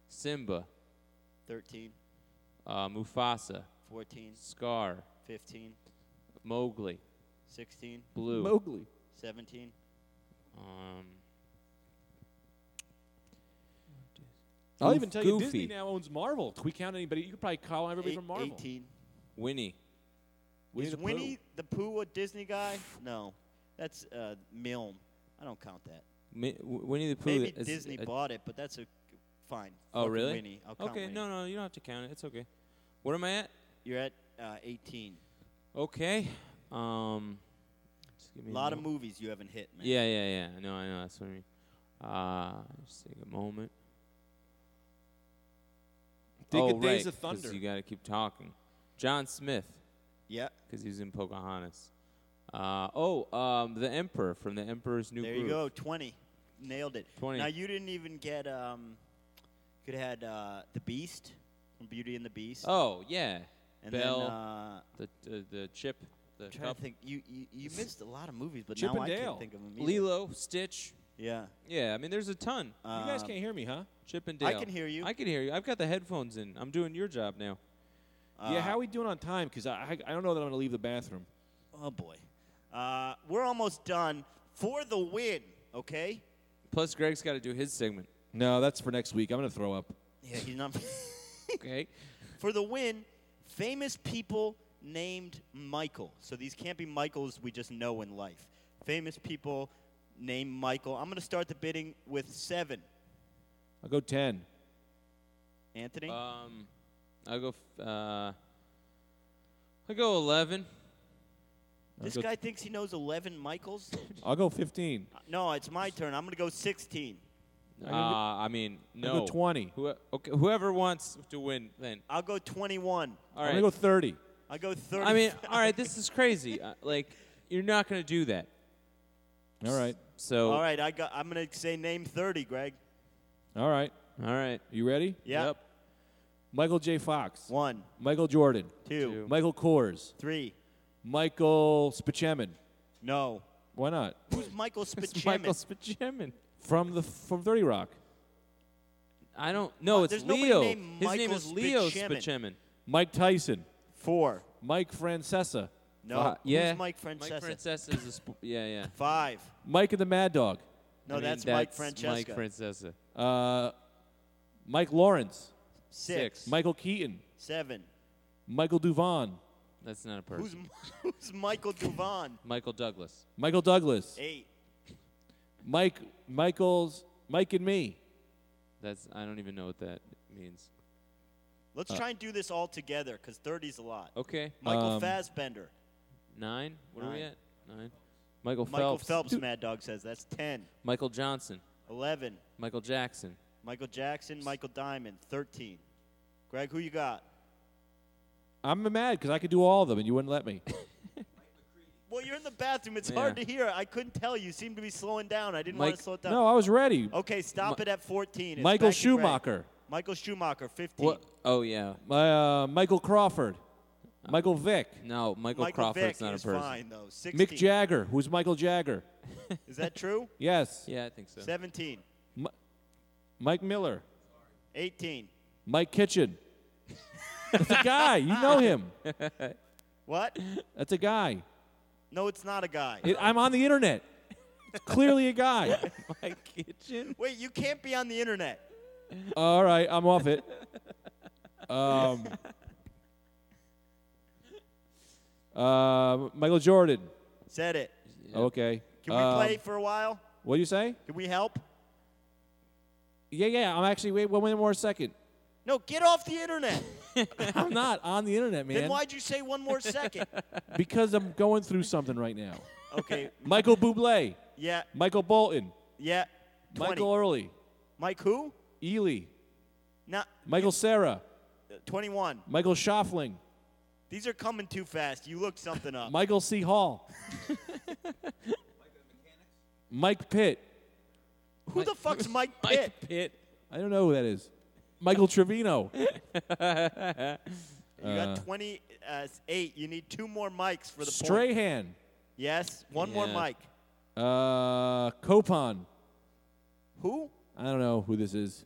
Speaker 1: Simba,
Speaker 3: 13,
Speaker 1: uh, Mufasa,
Speaker 3: 14,
Speaker 1: Scar,
Speaker 3: 15,
Speaker 1: Mowgli,
Speaker 3: 16,
Speaker 1: Blue.
Speaker 2: Mowgli.
Speaker 3: 17.
Speaker 1: um,
Speaker 2: I'll
Speaker 1: Goof-
Speaker 2: even tell you Disney
Speaker 1: Goofy.
Speaker 2: now owns Marvel. Can we count anybody? You could probably call everybody
Speaker 3: eight-
Speaker 2: from Marvel.
Speaker 3: 18.
Speaker 1: Winnie.
Speaker 2: Winnie
Speaker 3: Is
Speaker 2: the Pooh.
Speaker 3: Winnie the Pooh a Disney guy? No. That's uh, Milne. I don't count that.
Speaker 1: Mi- W- Winnie the Pooh.
Speaker 3: Maybe
Speaker 1: is
Speaker 3: Disney
Speaker 1: a-
Speaker 3: bought it, but that's a fine.
Speaker 1: Oh,
Speaker 3: Fucking
Speaker 1: really?
Speaker 3: Winnie. I'll count
Speaker 1: okay.
Speaker 3: Winnie.
Speaker 1: No, no. You don't have to count it. It's okay. What am I at?
Speaker 3: You're at uh, 18.
Speaker 1: Okay. Um, just give
Speaker 3: A
Speaker 1: me
Speaker 3: lot of
Speaker 1: mo-
Speaker 3: movies you haven't hit, man.
Speaker 1: Yeah, yeah, yeah. I know, I know. That's what I mean. Uh, just take a moment.
Speaker 2: Think
Speaker 1: oh,
Speaker 2: of Days
Speaker 1: right,
Speaker 2: of
Speaker 1: 'cause
Speaker 2: Thunder.
Speaker 1: You got to keep talking. John Smith,
Speaker 3: Yeah.
Speaker 1: because he was in Pocahontas. Uh, oh, um, the Emperor from The Emperor's New
Speaker 3: There
Speaker 1: Groove.
Speaker 3: you go. 20. Nailed it.
Speaker 1: 20.
Speaker 3: Now, you didn't even get, um, could have had uh, The Beast from Beauty and the Beast.
Speaker 1: Oh yeah,
Speaker 3: and
Speaker 1: Bell,
Speaker 3: then, uh,
Speaker 1: the, the the chip, the
Speaker 3: trying
Speaker 1: cup,
Speaker 3: to think. You, you you missed a lot of movies, but
Speaker 2: Chip
Speaker 3: now
Speaker 2: and
Speaker 3: I
Speaker 2: Dale.
Speaker 3: can't think of them. either.
Speaker 1: Lilo, Stitch.
Speaker 3: Yeah.
Speaker 1: Yeah, I mean, there's a ton.
Speaker 2: you guys
Speaker 3: Um,
Speaker 2: can't hear me, huh?
Speaker 1: Chip and Dale.
Speaker 3: I can hear you.
Speaker 1: I can hear you. I've got the headphones in. I'm doing your job now.
Speaker 3: uh,
Speaker 2: yeah. How are we doing on time? Because I, I I don't know that I'm gonna leave the bathroom.
Speaker 3: Oh boy. Uh, we're almost done for the win. Okay.
Speaker 1: Plus, Greg's got to do his segment.
Speaker 2: No, that's for next week. I'm gonna throw up.
Speaker 3: Yeah, he's not.
Speaker 1: Okay.
Speaker 3: for the win, famous people named Michael. So these can't be Michaels we just know in life. Famous people named Michael. I'm gonna start the bidding with seven.
Speaker 2: I'll go ten.
Speaker 3: Anthony.
Speaker 1: Um, I'll go. F- uh, I'll go eleven.
Speaker 3: this
Speaker 2: go-
Speaker 3: guy thinks he knows 11 Michaels.
Speaker 2: I'll go fifteen.
Speaker 3: no, it's my turn. I'm gonna go 16.
Speaker 1: Uh,
Speaker 2: go-
Speaker 1: I mean,
Speaker 2: go
Speaker 1: no.
Speaker 2: 20.
Speaker 1: Who, okay, whoever wants to win, then.
Speaker 3: I'll go 21.
Speaker 1: All
Speaker 2: I'm
Speaker 1: right.
Speaker 2: gonna go thirty.
Speaker 3: I'll go 30.
Speaker 1: I mean, all right. This is crazy. Uh, like, you're not gonna do that.
Speaker 2: All right.
Speaker 1: So.
Speaker 3: All right, I got. I'm gonna say name 30, Greg.
Speaker 2: All right.
Speaker 1: All right.
Speaker 2: You ready?
Speaker 3: Yeah.
Speaker 1: Yep.
Speaker 2: Michael J. Fox.
Speaker 3: One,
Speaker 2: Michael Jordan.
Speaker 3: two,
Speaker 2: Michael Kors.
Speaker 3: three.
Speaker 2: Michael Spichemin.
Speaker 3: No.
Speaker 2: Why not?
Speaker 3: Who's Michael
Speaker 1: It's
Speaker 3: Spichemin?
Speaker 1: Michael Spaceman.
Speaker 2: From the from Thirty Rock.
Speaker 1: I don't. No,
Speaker 3: Uh,
Speaker 1: it's
Speaker 3: there's nobody
Speaker 1: Leo. His
Speaker 3: named
Speaker 1: name
Speaker 3: Michael
Speaker 1: is Leo
Speaker 3: Spichemin.
Speaker 1: Spaceman.
Speaker 2: Mike Tyson.
Speaker 3: Four.
Speaker 2: Mike Francesa.
Speaker 3: No.
Speaker 1: yeah.
Speaker 3: Who's Mike Francesa?
Speaker 1: Mike Francesa is a. Sp- yeah, yeah.
Speaker 3: Five.
Speaker 2: Mike and the Mad Dog.
Speaker 3: No,
Speaker 1: I mean,
Speaker 3: Oh, that's, Mike Francesca.
Speaker 1: Mike Francesa.
Speaker 2: Uh, Mike Lawrence.
Speaker 3: Six.
Speaker 1: Six.
Speaker 2: Michael Keaton.
Speaker 3: Seven.
Speaker 2: Michael Duvon.
Speaker 1: That's not a person.
Speaker 3: Who's, who's Michael Duvon?
Speaker 1: Michael Douglas.
Speaker 2: Michael Douglas.
Speaker 3: Eight.
Speaker 2: Mike Michaels. Mike and me.
Speaker 1: That's I don't even know what that means. Uh.
Speaker 3: Let's try and do this all together because 30's a lot.
Speaker 1: Okay,
Speaker 3: Michael
Speaker 2: Um,
Speaker 3: Fassbender.
Speaker 1: nine. What are we
Speaker 3: Nine.
Speaker 1: at? Nine. Michael
Speaker 3: Michael
Speaker 1: Phelps.
Speaker 3: Phelps, Mad Dog says. That's 10.
Speaker 1: Michael Johnson.
Speaker 3: 11.
Speaker 1: Michael Jackson.
Speaker 3: Michael Jackson, Michael Diamond. 13. Greg, who you got?
Speaker 2: I'm mad because I could do all of them and you wouldn't let me.
Speaker 3: Well, you're in the bathroom. It's
Speaker 1: Yeah.
Speaker 3: hard to hear. I couldn't tell. You seemed to be slowing down. I didn't want
Speaker 1: Mike-
Speaker 3: to slow it down.
Speaker 2: no, I was ready.
Speaker 3: Okay, stop it at 14. It's
Speaker 2: Michael
Speaker 3: back to Greg.
Speaker 2: Schumacher.
Speaker 3: Michael Schumacher, 15.
Speaker 1: What? Oh yeah.
Speaker 2: My, uh, Michael Crawford. Michael Vick.
Speaker 1: No, Michael,
Speaker 3: Michael
Speaker 1: Crawford's
Speaker 3: Vick
Speaker 1: not a
Speaker 3: is
Speaker 1: person.
Speaker 3: fine, though. 16.
Speaker 2: Mick Jagger. Who's Michael Jagger?
Speaker 3: Is that true?
Speaker 2: Yes.
Speaker 1: Yeah, I think so.
Speaker 3: 17.
Speaker 2: Mi- Mike Miller.
Speaker 3: 18.
Speaker 2: Mike Kitchen. That's a guy. You know him.
Speaker 3: What?
Speaker 2: That's a guy.
Speaker 3: No, it's not a guy.
Speaker 2: It, I'm on the internet. It's clearly a guy.
Speaker 1: My kitchen.
Speaker 3: Wait, you can't be on the internet.
Speaker 2: All right, I'm off it. Um, uh, Michael Jordan.
Speaker 3: Said it.
Speaker 2: Okay.
Speaker 3: Can we
Speaker 2: Um,
Speaker 3: play for a while?
Speaker 2: What do you say?
Speaker 3: Can we help?
Speaker 2: Yeah, yeah. I'm actually wait one more second.
Speaker 3: No, get off the internet.
Speaker 2: I'm not on the internet, man.
Speaker 3: then why'd you say one more second?
Speaker 2: Because I'm going through something right now.
Speaker 3: Okay.
Speaker 2: Michael Bublé,
Speaker 3: Yeah.
Speaker 2: Michael Bolton,
Speaker 3: Yeah. 20.
Speaker 2: Michael Early,
Speaker 3: Mike who?
Speaker 2: Ely,
Speaker 3: Not
Speaker 2: Michael Sarah,
Speaker 3: 21.
Speaker 2: Michael Shoffling,
Speaker 3: These are coming too fast. You looked something up.
Speaker 2: Michael C. Hall, Mike Pitt.
Speaker 3: who the fuck's Mike Pitt?
Speaker 1: Mike Pitt.
Speaker 2: I don't know who that is. Michael Trevino.
Speaker 3: You
Speaker 2: Uh.
Speaker 3: got 28. you need two more mics for the point.
Speaker 2: Strahan.
Speaker 3: Yes, one more
Speaker 1: Yeah.
Speaker 3: mic.
Speaker 2: Uh, Copon.
Speaker 3: Who?
Speaker 2: I don't know who this is.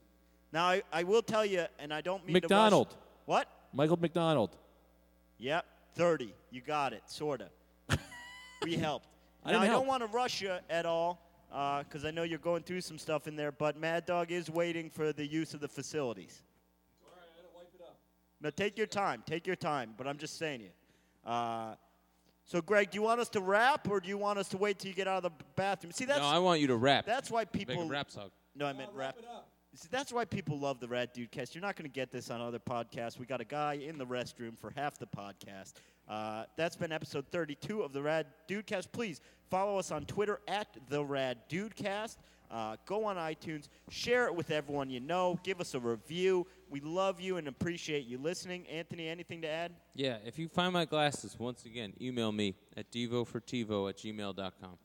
Speaker 3: Now I, I will tell you, and I don't mean to rush-
Speaker 2: McDonald.
Speaker 3: What?
Speaker 2: Michael McDonald.
Speaker 3: Yep, 30. You got it, sorta. we helped.
Speaker 2: I
Speaker 3: now
Speaker 2: didn't
Speaker 3: I
Speaker 2: help.
Speaker 3: don't want to rush you at all, because I know you're going through some stuff in there. But Mad Dog is waiting for the use of the facilities. No, take your time. Take your time. But I'm just saying you. Uh, so, Greg, do you want us to rap, or do you want us to wait till you get out of the b- bathroom? See, that's
Speaker 1: No, I want you to rap.
Speaker 3: that's why
Speaker 1: Make a
Speaker 3: people
Speaker 1: rap song.
Speaker 3: no, I meant rap. See, that's why people love the Rat Dude Cast. You're not going to get this on other podcasts. We got a guy in the restroom for half the podcast. Uh, that's been episode 32 of the Rad Dude Cast. Please follow us on Twitter at the Rad Dude Cast. Uh, go on iTunes, share it with everyone you know, give us a review. We love you and appreciate you listening. Anthony, anything to add?
Speaker 1: Yeah, if you find my glasses, once again, email me at devofortivo at gmail.com.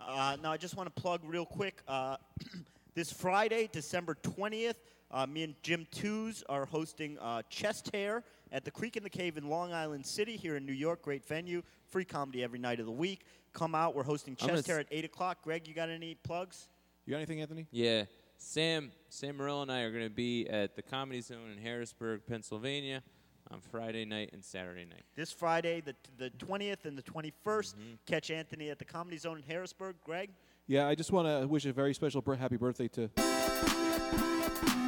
Speaker 3: Uh, now, I just want to plug real quick. Uh, this Friday, December 20th, uh, me and Jim Tews are hosting uh, Chest Hair at the Creek in the Cave in Long Island City here in New York. Great venue. Free comedy every night of the week. Come out. We're hosting
Speaker 1: I'm gonna
Speaker 3: Chest Hair
Speaker 1: s-
Speaker 3: at 8 o'clock. Greg, you got any plugs?
Speaker 2: You got anything, Anthony?
Speaker 1: Yeah, Sam, Sam Morrill and I are going to be at the Comedy Zone in Harrisburg, Pennsylvania on Friday night and Saturday night.
Speaker 3: This Friday, the, the 20th and the 21st,
Speaker 1: Mm-hmm.
Speaker 3: catch Anthony at the Comedy Zone in Harrisburg. Greg?
Speaker 2: Yeah, I just want to wish a very special bir- happy birthday to.